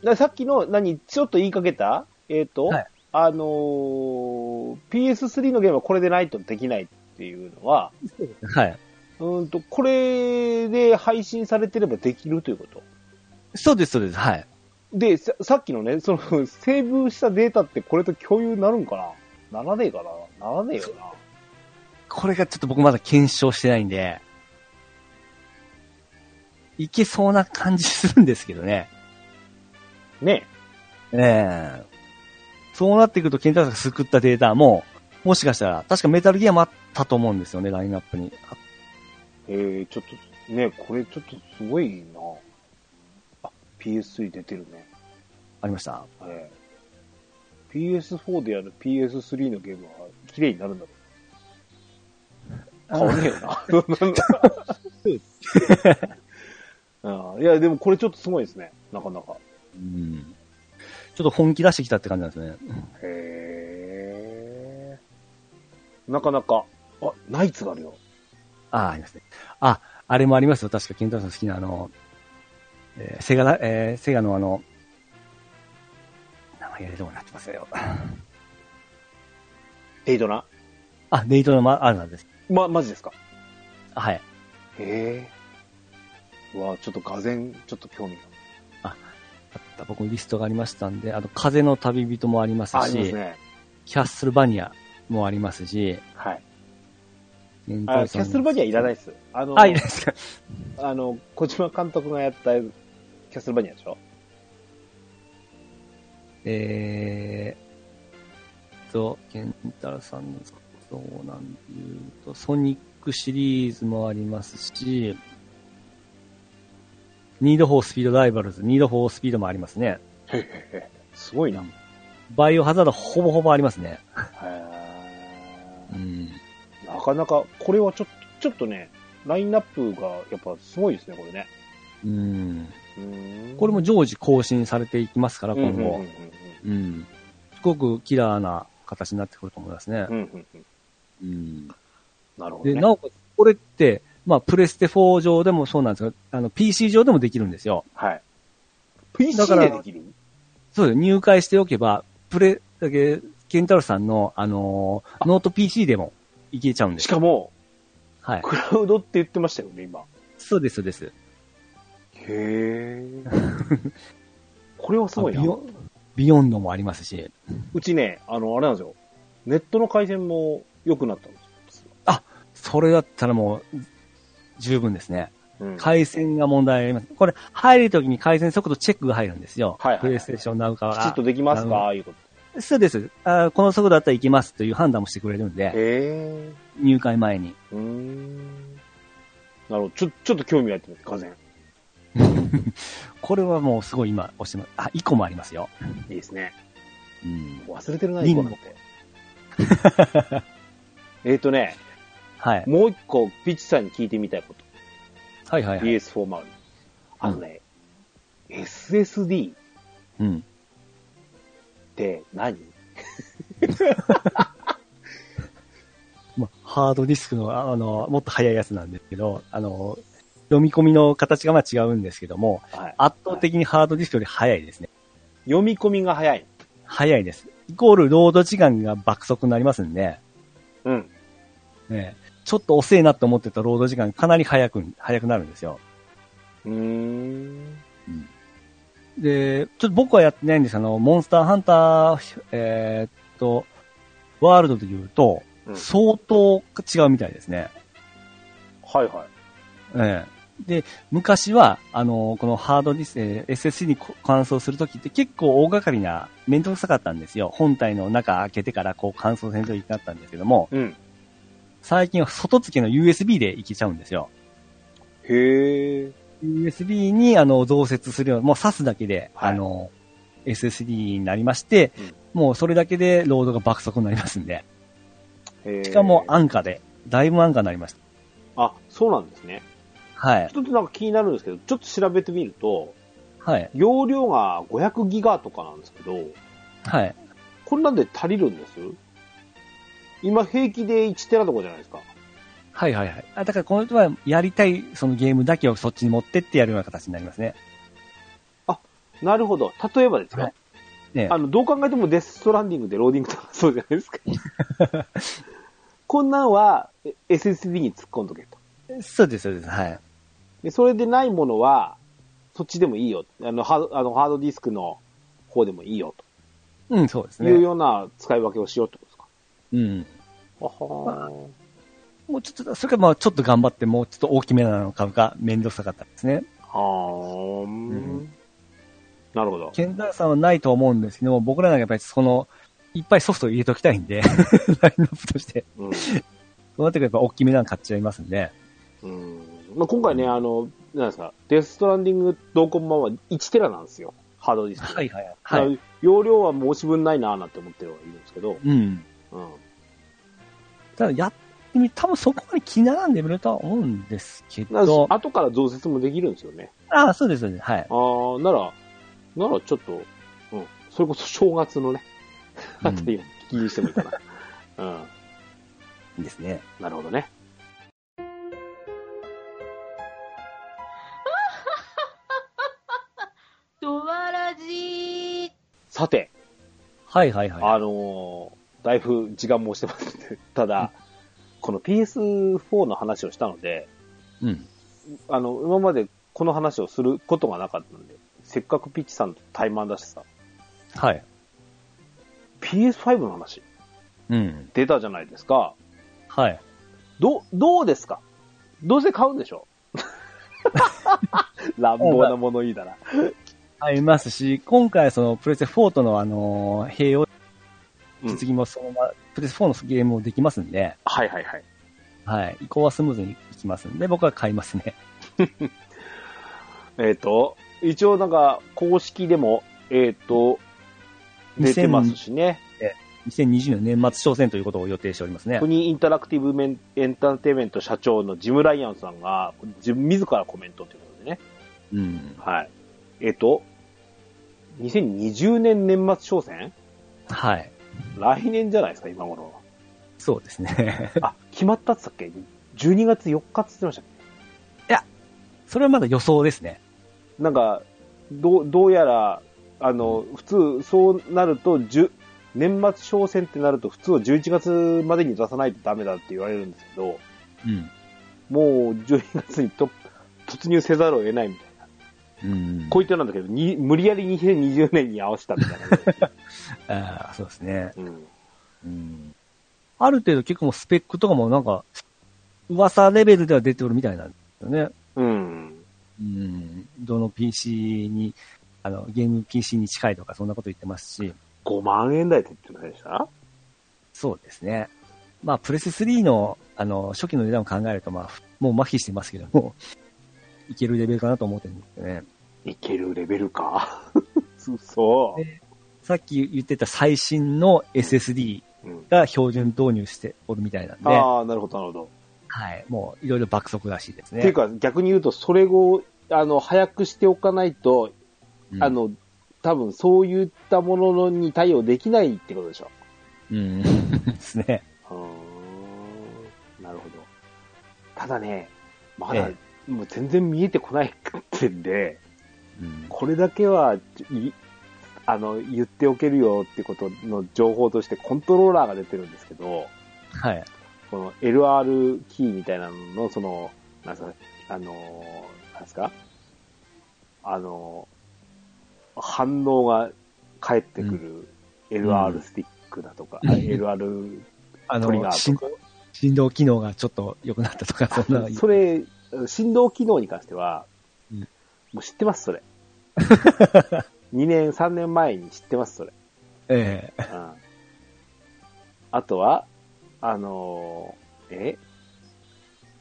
Speaker 2: ださっきの、何、ちょっと言いかけたえっ、と、
Speaker 1: はい
Speaker 2: あのー PS3 のゲームはこれでないとできないっていうのは、
Speaker 1: ー (laughs) はい。
Speaker 2: うーんと、これで配信されてればできるということ。
Speaker 1: そうです、そうです。はい。
Speaker 2: で、ささっきのね、その、セーブしたデータってこれと共有になるんかなならねえかなならねえよな。
Speaker 1: これがちょっと僕まだ検証してないんで、いけそうな感じするんですけどね。
Speaker 2: ね
Speaker 1: ええそうなってくると、ケンタロウさんが救ったデータも、もしかしたら、確かメタルギアもあったと思うんですよね、ラインナップに。あ
Speaker 2: え。えー、ちょっと、ねこれちょっとすごいなあ、PS3 出てるね。
Speaker 1: ありました。
Speaker 2: えー、PS4 でやる PS3 のゲームは綺麗になるんだろう。変わんねえよな。 (laughs) うんいや、でもこれちょっとすごいですね。なかなか。
Speaker 1: うん。ちょっと本気出してきたって感じなんですよね。
Speaker 2: へえ。なかなか。あ、ナイツがあるよ。
Speaker 1: ああ、ありますね。あ、あれもありますよ。確か、ケンタロウさん好きなあの、えーセガだ、えーセガのあの、名前が出てもなってますよ。
Speaker 2: デイトナ
Speaker 1: あ、ネイトのマあるなんです。
Speaker 2: ま、マジですか
Speaker 1: はい。
Speaker 2: へえ。うわ、ちょっとがぜん、ちょっと興味が。
Speaker 1: あった僕もリストがありましたんで、あの、風の旅人もありますし、
Speaker 2: あ、ありますね。
Speaker 1: キャッスルバニアもありますし、
Speaker 2: はい。
Speaker 1: メンタ
Speaker 2: あ
Speaker 1: ル
Speaker 2: キャッスルバニアいらない
Speaker 1: い。
Speaker 2: です。あの、
Speaker 1: あ、いいですか。
Speaker 2: あの、小島監督がやったキャッスルバニア
Speaker 1: (laughs)
Speaker 2: でしょ
Speaker 1: えーっと、ケンタラさんのそうなんで言うと、ソニックシリーズもありますし、ニードフォースピードライバルズ、ニードフォースピードもありますね。
Speaker 2: すごいな。
Speaker 1: うんバイオハザードほぼほぼありますね。
Speaker 2: へ
Speaker 1: うん。
Speaker 2: え。なかなか、これはちょっと、ちょっとね、ラインナップがやっぱすごいですね、これね。
Speaker 1: うん。
Speaker 2: うーん
Speaker 1: これも常時更新されていきますから、
Speaker 2: うんう
Speaker 1: 今
Speaker 2: んうん
Speaker 1: 後。うん。すごくキラーな形になってくると思いますね
Speaker 2: うん。うんうんうん。
Speaker 1: うん。
Speaker 2: なるほど
Speaker 1: で、
Speaker 2: ね。
Speaker 1: なおかつ、これって、まあ、プレステ4上でもそうなんですが、あの、PC 上でもできるんですよ。
Speaker 2: はい。
Speaker 1: だ
Speaker 2: PC
Speaker 1: から
Speaker 2: でできる
Speaker 1: そうです。入会しておけば、プレ、だけ、ケンタロウさんの、あのーノート PC でもいけちゃうんで
Speaker 2: し
Speaker 1: す。
Speaker 2: かも、
Speaker 1: はい。
Speaker 2: クラウドって言ってましたよね、今。
Speaker 1: そうです、そうです。
Speaker 2: へえ。 (laughs) これはすごいな
Speaker 1: ビ。ヨビヨンドもありますし。
Speaker 2: うちね、あの、あれなんですよ。ネットの回線も良くなったんですよ。
Speaker 1: それだったらもう、十分ですね。
Speaker 2: うん
Speaker 1: 回線が問題あります。これ、入るときに回線速度チェックが入るんですよ。
Speaker 2: はいはいはい
Speaker 1: プレイステーションなんかは。
Speaker 2: きちっとできますか
Speaker 1: あ
Speaker 2: ああいうこと。
Speaker 1: そうですあー。この速度だったらいけますという判断もしてくれるんで、
Speaker 2: へえ。
Speaker 1: 入会前に。
Speaker 2: うーん。なるほど。ちょ、ちょっと興味が入ってます、画然。
Speaker 1: これはもうすごい今押してます。あ、1個もありますよ。
Speaker 2: いいですね。
Speaker 1: うん。
Speaker 2: 忘れてるな、今なんて。 (laughs) えっとね、
Speaker 1: はい。
Speaker 2: もう一個、ピッチさんに聞いてみたいこと。
Speaker 1: はいはいはい。
Speaker 2: PS4 マウント。あのね、SSD っ
Speaker 1: うん。
Speaker 2: て何
Speaker 1: まあ、ハードディスクの、ああの、もっと早いやつなんですけど、あの、読み込みの形がまあ違うんですけども、
Speaker 2: はい
Speaker 1: 圧倒的にハードディスクより早いですね。
Speaker 2: 読み込みが早い。
Speaker 1: 早いです。イコールロード時間が爆速になりますんで、
Speaker 2: うん。
Speaker 1: ね、ちょっと遅いなと思ってたロード時間かなり早く、早くなるんですよ。
Speaker 2: うーん。
Speaker 1: で、ちょっと僕はやってないんですあの、モンスターハンター、えーっと、ワールドで言うと、
Speaker 2: うん
Speaker 1: 相当違うみたいですね。
Speaker 2: はいはい。
Speaker 1: ええで、昔は、あの、このハードディス、えー SSC に乾燥するときって結構大掛かりな、面倒くさかったんですよ。本体の中開けてからこう乾燥せんといけなかったんですけども、
Speaker 2: うん。
Speaker 1: 最近は外付けの USB でいけちゃうんですよ。
Speaker 2: へえ。
Speaker 1: USB にあの増設するようもう挿すだけで、
Speaker 2: はい
Speaker 1: あの、SSD になりまして、
Speaker 2: うん
Speaker 1: もうそれだけでロードが爆速になりますんで、
Speaker 2: へー
Speaker 1: しかも安価で、だいぶ安価になりました。
Speaker 2: あ、そうなんですね。
Speaker 1: はい。
Speaker 2: ちょっとなんか気になるんですけど、ちょっと調べてみると、
Speaker 1: はい。
Speaker 2: 容量が500ギガとかなんですけど、
Speaker 1: はい。
Speaker 2: こんなんで足りるんです今平気で1テラとかじゃないですか。
Speaker 1: はいはいはい。あだからこの人はやりたいそのゲームだけをそっちに持ってってやるような形になりますね。
Speaker 2: なるほど。例えばです
Speaker 1: は
Speaker 2: よ
Speaker 1: い。ね
Speaker 2: あの、どう考えてもデスストランディングでローディングとかそうじゃないで
Speaker 1: (laughs)
Speaker 2: すか。こんなんはえ SSD に突っ込んどけと。
Speaker 1: そうです、そうです。はい。
Speaker 2: で、それでないものは、そっちでもいいよ。あの、ハードあのハードディスクの方でもいいよ、
Speaker 1: うん、そうです
Speaker 2: という
Speaker 1: ね。
Speaker 2: ような使い分けをしようってことですか。
Speaker 1: うん。
Speaker 2: あはー
Speaker 1: もうちょっと、それかまあちょっと頑張って、もうちょっと大きめなの買うか、面倒くさかったですね。
Speaker 2: はー
Speaker 1: うん
Speaker 2: ん。なるほど。
Speaker 1: ケンダーさんはないと思うんですけども、僕らなんかやっぱりその、いっぱいソフトを入れときたいんで、 (laughs) ラインナップとして。
Speaker 2: うん。
Speaker 1: そうなってくるとやっぱ大きめなの買っちゃいますんで。
Speaker 2: うんまあ、今回ね、あの、なんですか、デスストランディング同梱版は1テラなんですよ。ハードディスク。
Speaker 1: はいはい。はい。
Speaker 2: だから容量は申し分ないなぁなんて思ってはいるんですけど。
Speaker 1: うん。
Speaker 2: うん。
Speaker 1: ただやってみ、多分そこまで気にならんでみるとは思うんですけ
Speaker 2: な
Speaker 1: ど。
Speaker 2: 後から増設もできるんですよね。
Speaker 1: ああ、そうです、そうです。はい。
Speaker 2: ああ、なら、ならちょっと、うん。それこそ正月のね、
Speaker 1: うん
Speaker 2: あたりを気にしてもいいかな。うん。
Speaker 1: いいですね。
Speaker 2: なるほどね。
Speaker 4: (laughs) ドワラジー
Speaker 2: さて、
Speaker 1: はいはいはい。
Speaker 2: あのーだいぶ時間も押してますんで、 (laughs) ただ、この PS4 の話をしたので、
Speaker 1: うん。
Speaker 2: あの、今までこの話をすることがなかったんで、せっかくピッチさんと対マンだしさ、
Speaker 1: はい。
Speaker 2: PS5 の話
Speaker 1: うん。
Speaker 2: 出たじゃないですか。
Speaker 1: はい。
Speaker 2: ど、どうですかどうせ買うんでしょ (laughs) 乱暴なもの言いだな。
Speaker 1: ありますし、今回そのプレステ4とのあのー、併用、
Speaker 2: うん
Speaker 1: 次もそのまま、プレステ4のゲームもできますんで、
Speaker 2: はいはいはい。
Speaker 1: はい。移行はスムーズにいきますんで、僕は買いますね。
Speaker 2: えっ、と、一応なんか、公式でも、えっ、と、出てますしね。
Speaker 1: 2020年年末商戦ということを予定しておりますね。
Speaker 2: 国インタラクティブメンエンターテインメント社長のジム・ライアンさんが、自自らコメントということでね。
Speaker 1: うん。
Speaker 2: はい。えっ、と、2020年年末商戦
Speaker 1: はい。
Speaker 2: 来年じゃないですか、今 (laughs) 頃。
Speaker 1: そうですね。 (laughs)
Speaker 2: あ、決まったっつったっけ ?12 月4日っつってましたっ
Speaker 1: それはまだ予想ですね。
Speaker 2: けなんか、どう、どうやら、あの、普通、そうなると、10年末商戦ってなると、普通は11月までに出さないとダメだって言われるんですけど、
Speaker 1: うん。
Speaker 2: もう12月にと突入せざるを得ないみたいな。
Speaker 1: うん
Speaker 2: こう言ってなんだけど、に無理やり2020年に合わせたみたいな。
Speaker 1: ああ、そうですね。
Speaker 2: うん。
Speaker 1: うん。ある程度結構もうスペックとかもなんか、噂レベルでは出ておるみたいなんですよね。
Speaker 2: うん。
Speaker 1: うん。どの PC に、あの、ゲーム PC に近いとかそんなこと言ってますし、
Speaker 2: 5万円台って言ってませんでした
Speaker 1: そうですね。まあ、プレステ3の、あの、初期の値段を考えると、まあ、もう麻痺してますけども、いけるレベルかなと思ってるんですけどね。
Speaker 2: いけるレベルか。そうそ
Speaker 1: さっき言ってた最新の SSD
Speaker 2: う。うん。
Speaker 1: が標準導入しておるみたいなんで、は
Speaker 2: ああ、なるほど、なるほど。
Speaker 1: い。もういろいろ爆速らしいですね。
Speaker 2: っていうか、逆に言うと、それを、あの、早くしておかないと、
Speaker 1: うん
Speaker 2: あ、の、多分、そういったものに対応できないってことでしょ。
Speaker 1: うん。ですね。
Speaker 2: うーんなるほど。ただね、まだ、
Speaker 1: え
Speaker 2: もう全然見えてこないってんで、
Speaker 1: うん。
Speaker 2: これだけは、いあの、言っておけるよってことの情報として、コントローラーが出てるんですけど、
Speaker 1: はい。
Speaker 2: この LR キーみたいなのの、その、なんすか、あのー、なんすか、あのー、反応が返ってくる
Speaker 1: うん
Speaker 2: LR スティックだとか、あ LR
Speaker 1: あ
Speaker 2: トリガ
Speaker 1: の、
Speaker 2: ー
Speaker 1: 振
Speaker 2: とか。
Speaker 1: 振動機能がちょっと良くなったとか、 (laughs) そんなの
Speaker 2: それ、振動機能に関しては、
Speaker 1: うん
Speaker 2: もう知ってま
Speaker 1: (laughs)
Speaker 2: す、それ。2年、3年前に知ってます、それ。
Speaker 1: ええ
Speaker 2: うん、あとは、あのーえ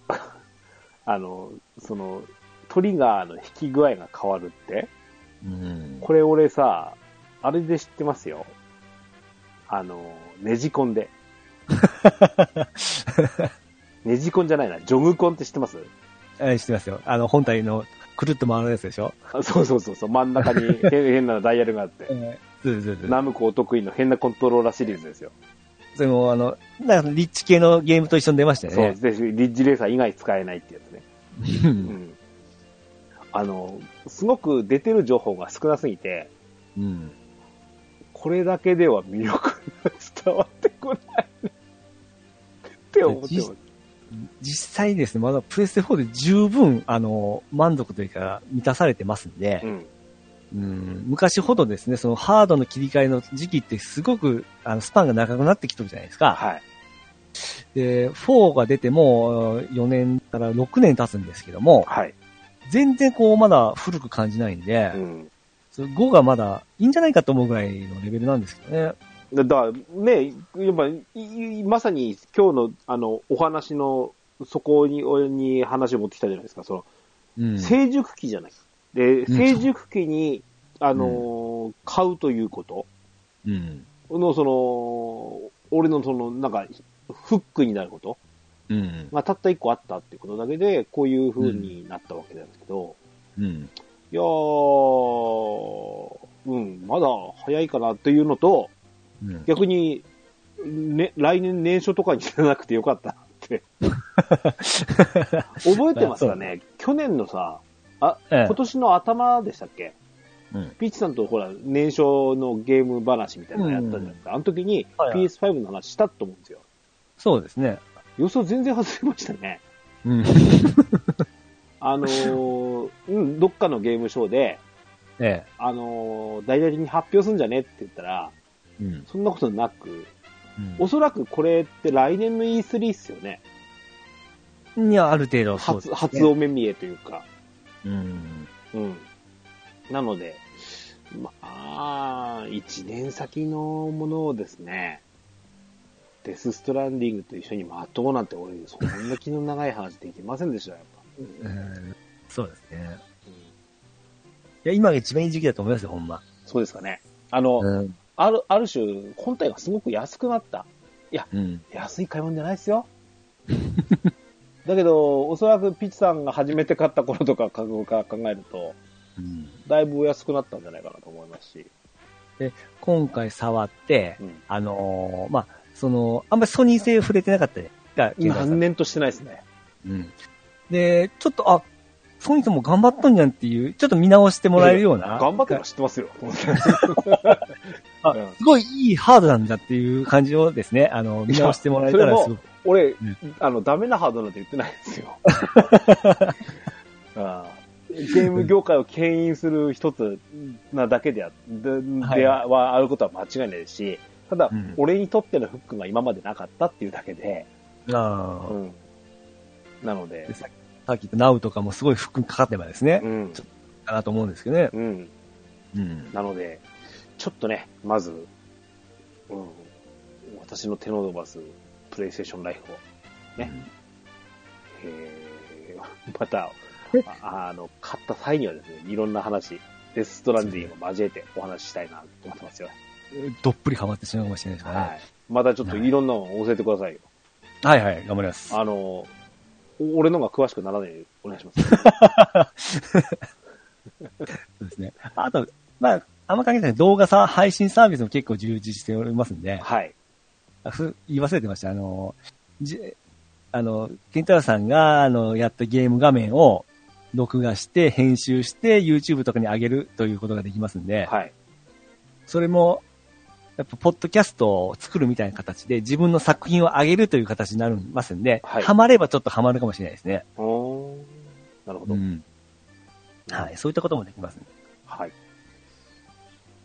Speaker 2: (laughs) あの、その、トリガーの引き具合が変わるって
Speaker 1: うん。
Speaker 2: これ俺さ、あれで知ってますよ。あの、ねじ込
Speaker 1: (laughs)
Speaker 2: んで。ねじ込んじゃないな、ジョグコンって知ってます
Speaker 1: ええ知ってますよ。あの、本体のくるっと回るやつでしょ
Speaker 2: あそうそうそうそう、真ん中に
Speaker 1: (laughs)
Speaker 2: 変変なダイヤルがあって。
Speaker 1: ええそうそうそう。
Speaker 2: ナムコお得意の変なコントローラーシリーズですよ。
Speaker 1: それも、あの、なんかリッチ系のゲームと一緒に出ましたよ
Speaker 2: そう、
Speaker 1: ね。
Speaker 2: ぜひリッジレーサー以外使えないってやつね。
Speaker 1: う。
Speaker 2: うんん。あの、すごく出てる情報が少なすぎて、
Speaker 1: うん。
Speaker 2: これだけでは魅力が伝わってこない。って思ってます。
Speaker 1: 実際ですね、まだプレステ4で十分、あの、満足というか、満たされてますん
Speaker 2: う
Speaker 1: で、
Speaker 2: ん。
Speaker 1: うん、昔ほどですね、そのハードの切り替えの時期ってすごく、あの、スパンが長くなってきてるじゃないですか。
Speaker 2: はい。
Speaker 1: で、4が出ても、4年から6年経つんですけども、
Speaker 2: はい。
Speaker 1: 全然こう、まだ古く感じないんで、
Speaker 2: うん。
Speaker 1: その5がまだいいんじゃないかと思うぐらいのレベルなんですけどね。
Speaker 2: だだからね、やっぱいい、まさに今日の、あの、お話の、そこに、に話を持ってきたじゃないですか。その、
Speaker 1: うん。
Speaker 2: 成熟期じゃない。で、
Speaker 1: うん
Speaker 2: 成熟期に、あのー買うということ
Speaker 1: うん。
Speaker 2: の、その、俺のその、なんか、フックになること
Speaker 1: うん。
Speaker 2: がたった一個あったっていうことだけで、こういう風になったわけなんですけど、
Speaker 1: うん。
Speaker 2: いやー、うん、まだ早いかなというのと、
Speaker 1: うん。
Speaker 2: 逆に、ね、来年年初とかにじゃなくてよかったな
Speaker 1: (laughs)
Speaker 2: って。覚えてますかね去年のさ、あ、
Speaker 1: ええ
Speaker 2: 今年の頭でしたっけ
Speaker 1: うん
Speaker 2: ピッチさんとほら、年初のゲーム話みたいなのやったじゃないですか。あの時に
Speaker 1: はいはい
Speaker 2: PS5 の話したと思うんですよ。
Speaker 1: そうですね。
Speaker 2: 予想全然外れましたね。
Speaker 1: うん。
Speaker 2: あのーうん、どっかのゲームショーで、
Speaker 1: (laughs) え
Speaker 2: あのー、大々的に発表すんじゃねって言ったら、
Speaker 1: え。うん。
Speaker 2: そんなことなく、
Speaker 1: うん
Speaker 2: おそらくこれって来年の E3 っすよね。
Speaker 1: いや、ある程度そうです
Speaker 2: 初、
Speaker 1: ね。
Speaker 2: 初お目見えというか。
Speaker 1: うん。
Speaker 2: うん。なので、まあ、一年先のものをですね、デスストランディングと一緒に待とうなんて俺、そんな気の長い話できませんでしたよ、やっぱ。うん
Speaker 1: うんそうですね。いや、今が一番いい時期だと思いますよ、ほんま。
Speaker 2: そうですかね。あの、
Speaker 1: うん。
Speaker 2: ある、ある種、本体がすごく安くなった。
Speaker 1: うん。
Speaker 2: 安い買い物じゃないですよ。 (laughs) だけど、おそらくピッチさんが初めて買った頃とかか考えると、
Speaker 1: うん、
Speaker 2: だいぶお安くなったんじゃないかなと思いますし。
Speaker 1: 今回触って
Speaker 2: う、ん。
Speaker 1: あのーまあ、その、あんまりソニー製触れてなかったが、経済さん
Speaker 2: 何年としてないですね。
Speaker 1: うん。で、ちょっと、あ、ソニーさんも頑張っとんじゃんっていう、ちょっと見直してもらえるような。
Speaker 2: 頑張ってるの知ってますよ。
Speaker 1: (laughs) あ
Speaker 2: うん
Speaker 1: すごいいいハードなんだっていう感じをですね、あの、見直してもらえた
Speaker 2: いや
Speaker 1: ら
Speaker 2: そ
Speaker 1: すご
Speaker 2: れも
Speaker 1: く。
Speaker 2: 俺、
Speaker 1: ん
Speaker 2: あの、ダメなハードなんて言ってないで
Speaker 1: (laughs)
Speaker 2: すよ。ああゲーム業界を牽引する一つなだけであ、で
Speaker 1: はい
Speaker 2: でははあることは間違いないですし、ただ、
Speaker 1: うん
Speaker 2: 俺にとってのフックが今までなかったっていうだけで、
Speaker 1: あ
Speaker 2: うんなので
Speaker 1: で、さあさっき言ったナウとかもすごい服にかかってばですね、
Speaker 2: うん
Speaker 1: ちょかなと思うんですけどね。
Speaker 2: うん
Speaker 1: うん。
Speaker 2: なので、ちょっとね、まず、うん、私の手の伸ばすプレイステーションライフを、ね、えー (laughs)
Speaker 1: (laughs)
Speaker 2: また、ああの、買った際にはですね、いろんな話、デスストランディングを交えてお話ししたいなと思ってますよ。
Speaker 1: どっぷりハマってしまうかもしれないですからね。
Speaker 2: はい。またちょっといろんなの教えてくださいよ。
Speaker 1: はいはい、頑張ります。
Speaker 2: あの、お俺のが詳しくならないようにお願いし
Speaker 1: (laughs)
Speaker 2: ます。
Speaker 1: そうですね。あと、まあ、あんま関係ない動画さ、配信サービスも結構充実しておりますんで、
Speaker 2: はい。
Speaker 1: ふ言い忘れてました。あの、じあの、ケンタロウさんが、あの、やったゲーム画面を録画して、編集して、YouTube とかに上げるということができますんで、
Speaker 2: はい。
Speaker 1: それも、やっぱ、ポッドキャストを作るみたいな形で、自分の作品を上げるという形になりますんで、
Speaker 2: はい
Speaker 1: ハマればちょっとハマるかもしれないですね。
Speaker 2: うーん。なるほど。
Speaker 1: ん。はい、そういったこともできます、ね。
Speaker 2: はい。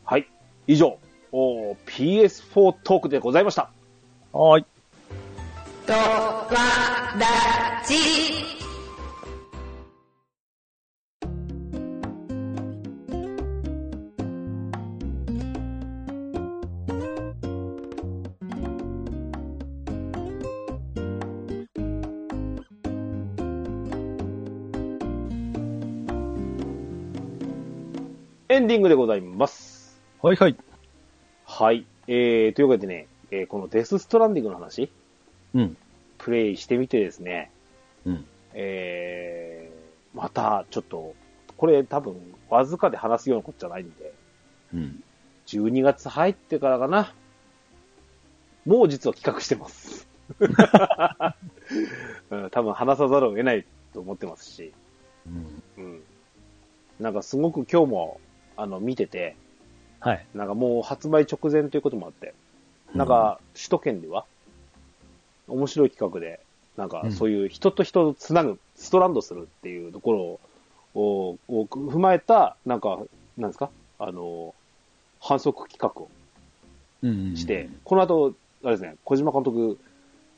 Speaker 2: はい。以上、おー PS4 トークでございました。
Speaker 1: はい。
Speaker 4: とわらじ。
Speaker 2: エンディングでございます。
Speaker 1: はいはい。
Speaker 2: はい。えー、というわけでね、えーこのデスストランディングの話、
Speaker 1: うん。
Speaker 2: プレイしてみてですね、
Speaker 1: うん。
Speaker 2: えー、またちょっと、これ多分、わずかで話すようなことじゃないんで、
Speaker 1: うん。
Speaker 2: 12月入ってからかな。もう実は企画してます。 (laughs) うん多分話さざるを得ないと思ってますし、
Speaker 1: うん。
Speaker 2: うん。なんかすごく今日も、あの、見てて、
Speaker 1: はい。
Speaker 2: なんかもう発売直前ということもあって、なんか首都圏では、面白い企画で、なんか
Speaker 1: うん
Speaker 2: そういう人と人をつなぐ、ストランドするっていうところを、をを踏まえた、なんか、なんですかあの、反則企画を
Speaker 1: うん、
Speaker 2: して、この後、あれですね、小島監督、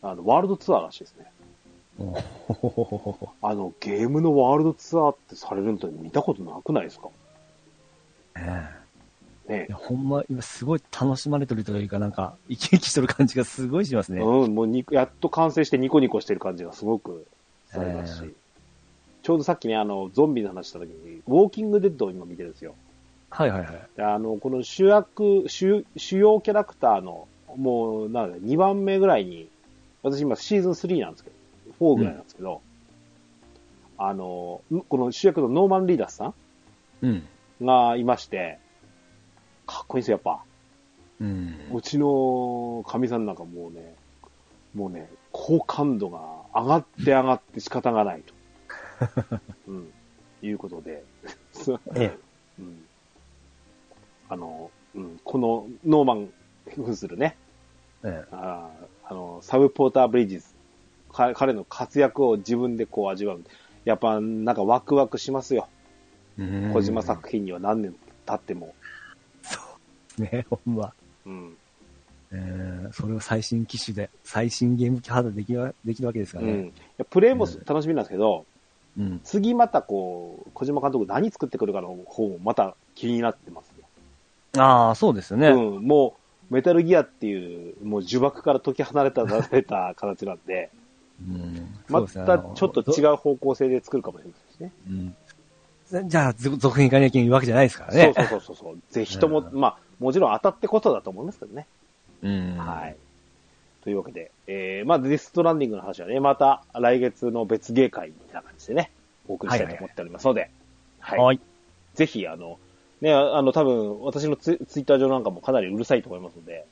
Speaker 2: あの、ワールドツアーらしいですね。
Speaker 1: おほほほほほ。
Speaker 2: あの、ゲームのワールドツアーってされるのって見たことなくないですか
Speaker 1: ねえ
Speaker 2: ね
Speaker 1: いや、ほんま、今すごい楽しまれてるというか、なんか、生き生きしてる感じがすごいしますね。
Speaker 2: うん、もうに、やっと完成してニコニコしてる感じがすごくされますし、
Speaker 1: えー
Speaker 2: ちょうどさっきね、あの、ゾンビの話した時に、ウォーキングデッドを今見てるんですよ。
Speaker 1: はいはいはい。
Speaker 2: であの、この主役、主、主要キャラクターの、もう、なんだ、2番目ぐらいに、私今シーズン3なんですけど、4ぐらいなんですけど、あの、この主役のノーマン・リーダースさ
Speaker 1: うん。
Speaker 2: んがいまして、かっこいいんですよ、やっぱ。
Speaker 1: うん。
Speaker 2: うちのかみさんなんかもうね、もうね、好感度が上がって上がって仕方
Speaker 1: (laughs)
Speaker 2: がないと。うん。いうことで、 (laughs) そう
Speaker 1: ええ
Speaker 2: うん。あの、うん、このノーマン、扮するね、
Speaker 1: え
Speaker 2: あーあの、サブポーター・ブリッジズ。か彼の活躍を自分でこう味わう。やっぱ、なんかワクワクしますよ。
Speaker 1: えうん
Speaker 2: 小島作品には何年経っても。
Speaker 1: ね、ほんま。
Speaker 2: うん。
Speaker 1: えー、それを最新機種で、最新ゲーム機ハードでできわできるわけですか
Speaker 2: う
Speaker 1: らね。
Speaker 2: ん。いやプレイも楽しみなんですけど、
Speaker 1: うん。
Speaker 2: 次またこう、小島監督何作ってくるかの方もまた気になってますよ。
Speaker 1: ああ、そうですよね。
Speaker 2: うん、もう、メタルギアっていう、もう呪縛から解き離れた、離れた形なんで、
Speaker 1: うん。
Speaker 2: またちょっと違
Speaker 1: う
Speaker 2: う方向性で作るかもしれないですね。
Speaker 1: ですねど。うん。じゃあ、続続編いかなきゃいいわけじゃないですからね。
Speaker 2: そうそうそうそう。ぜひとも、
Speaker 1: う
Speaker 2: まあ、もちろん当たってことだと思いますけどね。
Speaker 1: うん。
Speaker 2: はい。。というわけで、えー、まあ、ディストランディングの話はね、また来月の別芸会みたいな感じでね、お送りしたいと思っておりますので、は
Speaker 1: はい。
Speaker 2: ぜひ、あの、ね、ああの、多分、私のツイツイッター上なんかもかなりうるさいと思いますので、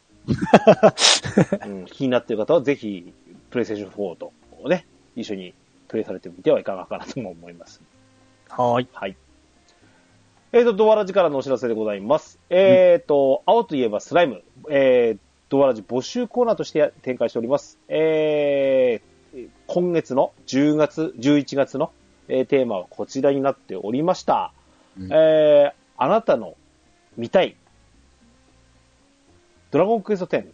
Speaker 2: うん、気になっている方はぜひ、プレイステーション4とをね、一緒にプレイされてみてはいかがかなとも思います。
Speaker 1: はい。
Speaker 2: はい。えーと、ドワラジからのお知らせでございます。えーと、青といえばスライム、えー、ドワラジ募集コーナーとして展開しております。えー、今月の10月、11月の、えーテーマはこちらになっておりました。
Speaker 1: うん
Speaker 2: えー、あなたの見たい、ドラゴンクエスト10、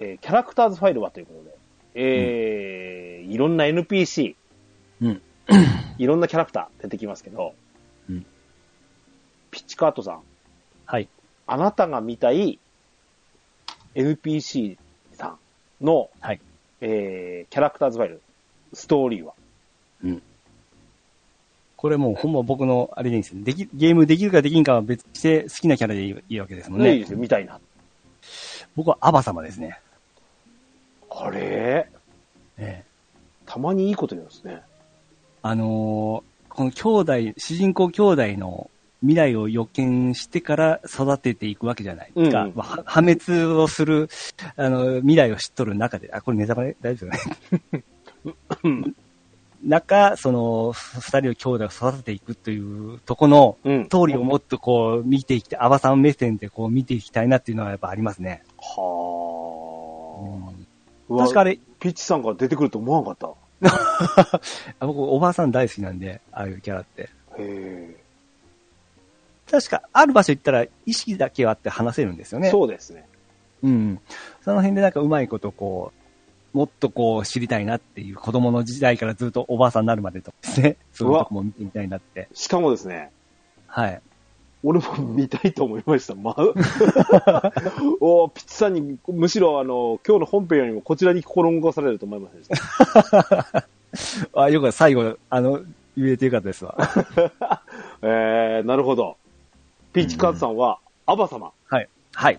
Speaker 2: えーキャラクターズファイルはということで、えーいろんな NPC、
Speaker 1: うん。
Speaker 2: いろんなキャラクター出てきますけど、
Speaker 1: うん
Speaker 2: ピッチカートさん、
Speaker 1: はい。
Speaker 2: あなたが見たい NPC さんの、
Speaker 1: はい
Speaker 2: えーキャラクターズファイル、ストーリーは。
Speaker 1: これもうほんま僕のあれでいいんですよ。でき、ゲームできるかできんかは別にして好きなキャラでいいわけですもん
Speaker 2: ね、いい
Speaker 1: ね
Speaker 2: で。すよ、見たいな。
Speaker 1: 僕はアバ様ですね。
Speaker 2: あれ
Speaker 1: ええ
Speaker 2: たまにいいこと言うんですね。
Speaker 1: あのーこの兄弟、主人公兄弟の未来を予見してから育てていくわけじゃないですか。
Speaker 2: うん
Speaker 1: まあは破滅をする、あの、未来を知っとる中で、あ、これネタバレ大丈夫ですよね。中、その、二人の兄弟を育てていくというとこの、
Speaker 2: うん。
Speaker 1: 通りをもっとこう見ていきたい、アバさん目線でこう見ていきたいなっていうのはやっぱありますね。
Speaker 2: はあ。
Speaker 1: 確かあ
Speaker 2: に。
Speaker 1: れ、
Speaker 2: ピッチさんが出てくると思わんかった。
Speaker 1: あ僕おばあさん大好きなんで、ああいうキャラって。
Speaker 2: へえ。
Speaker 1: 確か、ある場所行ったら意識だけはあって話せるんですよね。
Speaker 2: そうですね。
Speaker 1: うん。その辺でなんかうまいことこう、もっとこう知りたいなっていう子供の時代からずっとおばあさんになるまでとかですね。そういうとこも見てみたいなって。
Speaker 2: しかもですね、
Speaker 1: はい。
Speaker 2: 俺も見たいと思いました。まあ、 (laughs) おーピッチさんに、むしろあの、今日の本編よりもこちらに心動かされると思いませんでした。
Speaker 1: あ、よかった。最後、あの、言えてよかったですわ。
Speaker 2: えー、なるほど。ピーチカーズさんは、アバ様
Speaker 1: (laughs) はい。はい。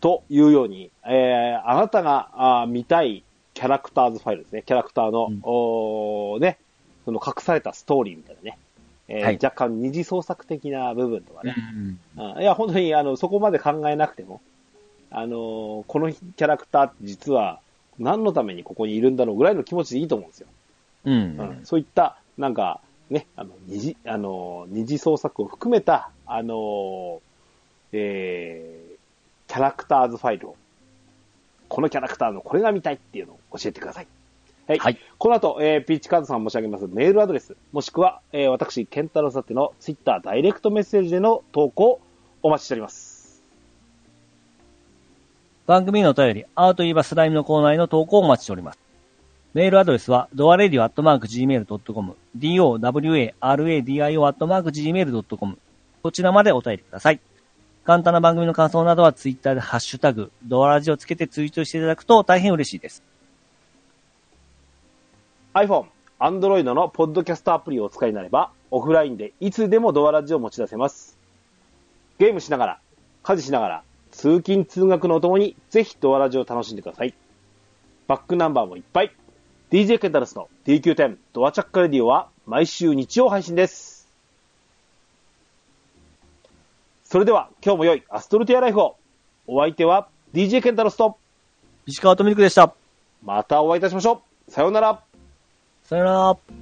Speaker 2: というように、えー、あなたがあー見たいキャラクターズファイルですね。キャラクターの、
Speaker 1: うん
Speaker 2: おーね、その隠されたストーリーみたいなね。えー
Speaker 1: はい
Speaker 2: 若干二次創作的な部分とかね。
Speaker 1: うん
Speaker 2: うんいや、本当に、あの、そこまで考えなくても、あのーこのキャラクターって実は、何のためにここにいるんだろうぐらいの気持ちでいいと思うんですよ。
Speaker 1: う
Speaker 2: うん
Speaker 1: ん。
Speaker 2: そういった、なんか、ね、あの、二次、あのー、二次創作を含めた、あのーえー、キャラクターズファイルを、このキャラクターのこれが見たいっていうのを教えてください。はい。
Speaker 1: はい
Speaker 2: この後、えー、ピーチカードさん申し上げますメールアドレス、もしくは、えー、私、ケンタロウさてのツイッターダイレクトメッセージでの投稿をお待ちしております。
Speaker 1: 番組へのお便り、アートいえばスライムのコーナーへの投稿をお待ちしております。メールアドレスは、ドアレディオアットマーク Gmail.com、dowaradio アットマーク Gmail.com、こちらまでお便りください。簡単な番組の感想などはツイッターでハッシュタグ、ドアラジをつけてツイートしていただくと大変嬉しいです。
Speaker 2: iPhone、Android のポッドキャストアプリをお使いになれば、オフラインでいつでもドアラジを持ち出せます。ゲームしながら、家事しながら、通勤通学のお供に、ぜひドアラジを楽しんでください。バックナンバーもいっぱい。DJ ケンタルスの DQ10 ドアチャックレディオは毎週日曜配信です。それでは今日も良いアストルティアライフを。お相手は DJ ケンタロスと
Speaker 1: 石川とみるくでした。
Speaker 2: またお会いいたしましょう。さようなら。
Speaker 1: さよなら。